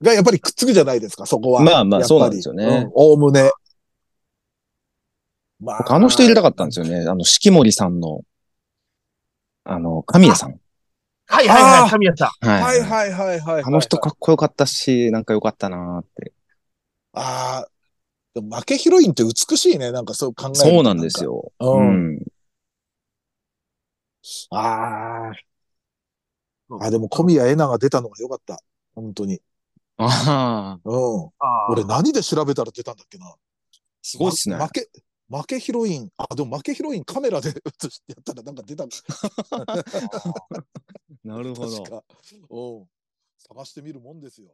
Speaker 2: がやっぱりくっつくじゃないですか、そこは。
Speaker 3: まあまあ
Speaker 2: やっぱり
Speaker 3: そうなんですよね
Speaker 2: うんおおむね。ま
Speaker 3: 僕あの人入れたかったんですよね。あの、四季森さんの、あの、神谷さん。
Speaker 4: はいはいは
Speaker 2: あ
Speaker 4: い、
Speaker 2: ー
Speaker 4: 神谷さん。
Speaker 3: は
Speaker 2: はいは
Speaker 3: い。
Speaker 2: いはいはいはい。
Speaker 3: あの人かっこよかったし、なんかよかったなーって。
Speaker 2: ああ。でも負けヒロインって美しいね。なんかそう考えると
Speaker 3: そうなんです。よ。
Speaker 2: なんか
Speaker 3: う
Speaker 2: うん
Speaker 3: ん。
Speaker 2: ああ。あ、でも小宮エナが出たのが良かった。本当に。
Speaker 3: ああ。
Speaker 2: うん。
Speaker 4: あー
Speaker 2: 俺何で調べたら出たんだっけな。
Speaker 3: すごいっ すね
Speaker 2: ま。負け、負けヒロイン。あ、でも負けヒロインカメラで 映してやったらなんか出たんだ
Speaker 4: あー
Speaker 3: なるほど
Speaker 2: 確。か。うん。探してみるもんですよ。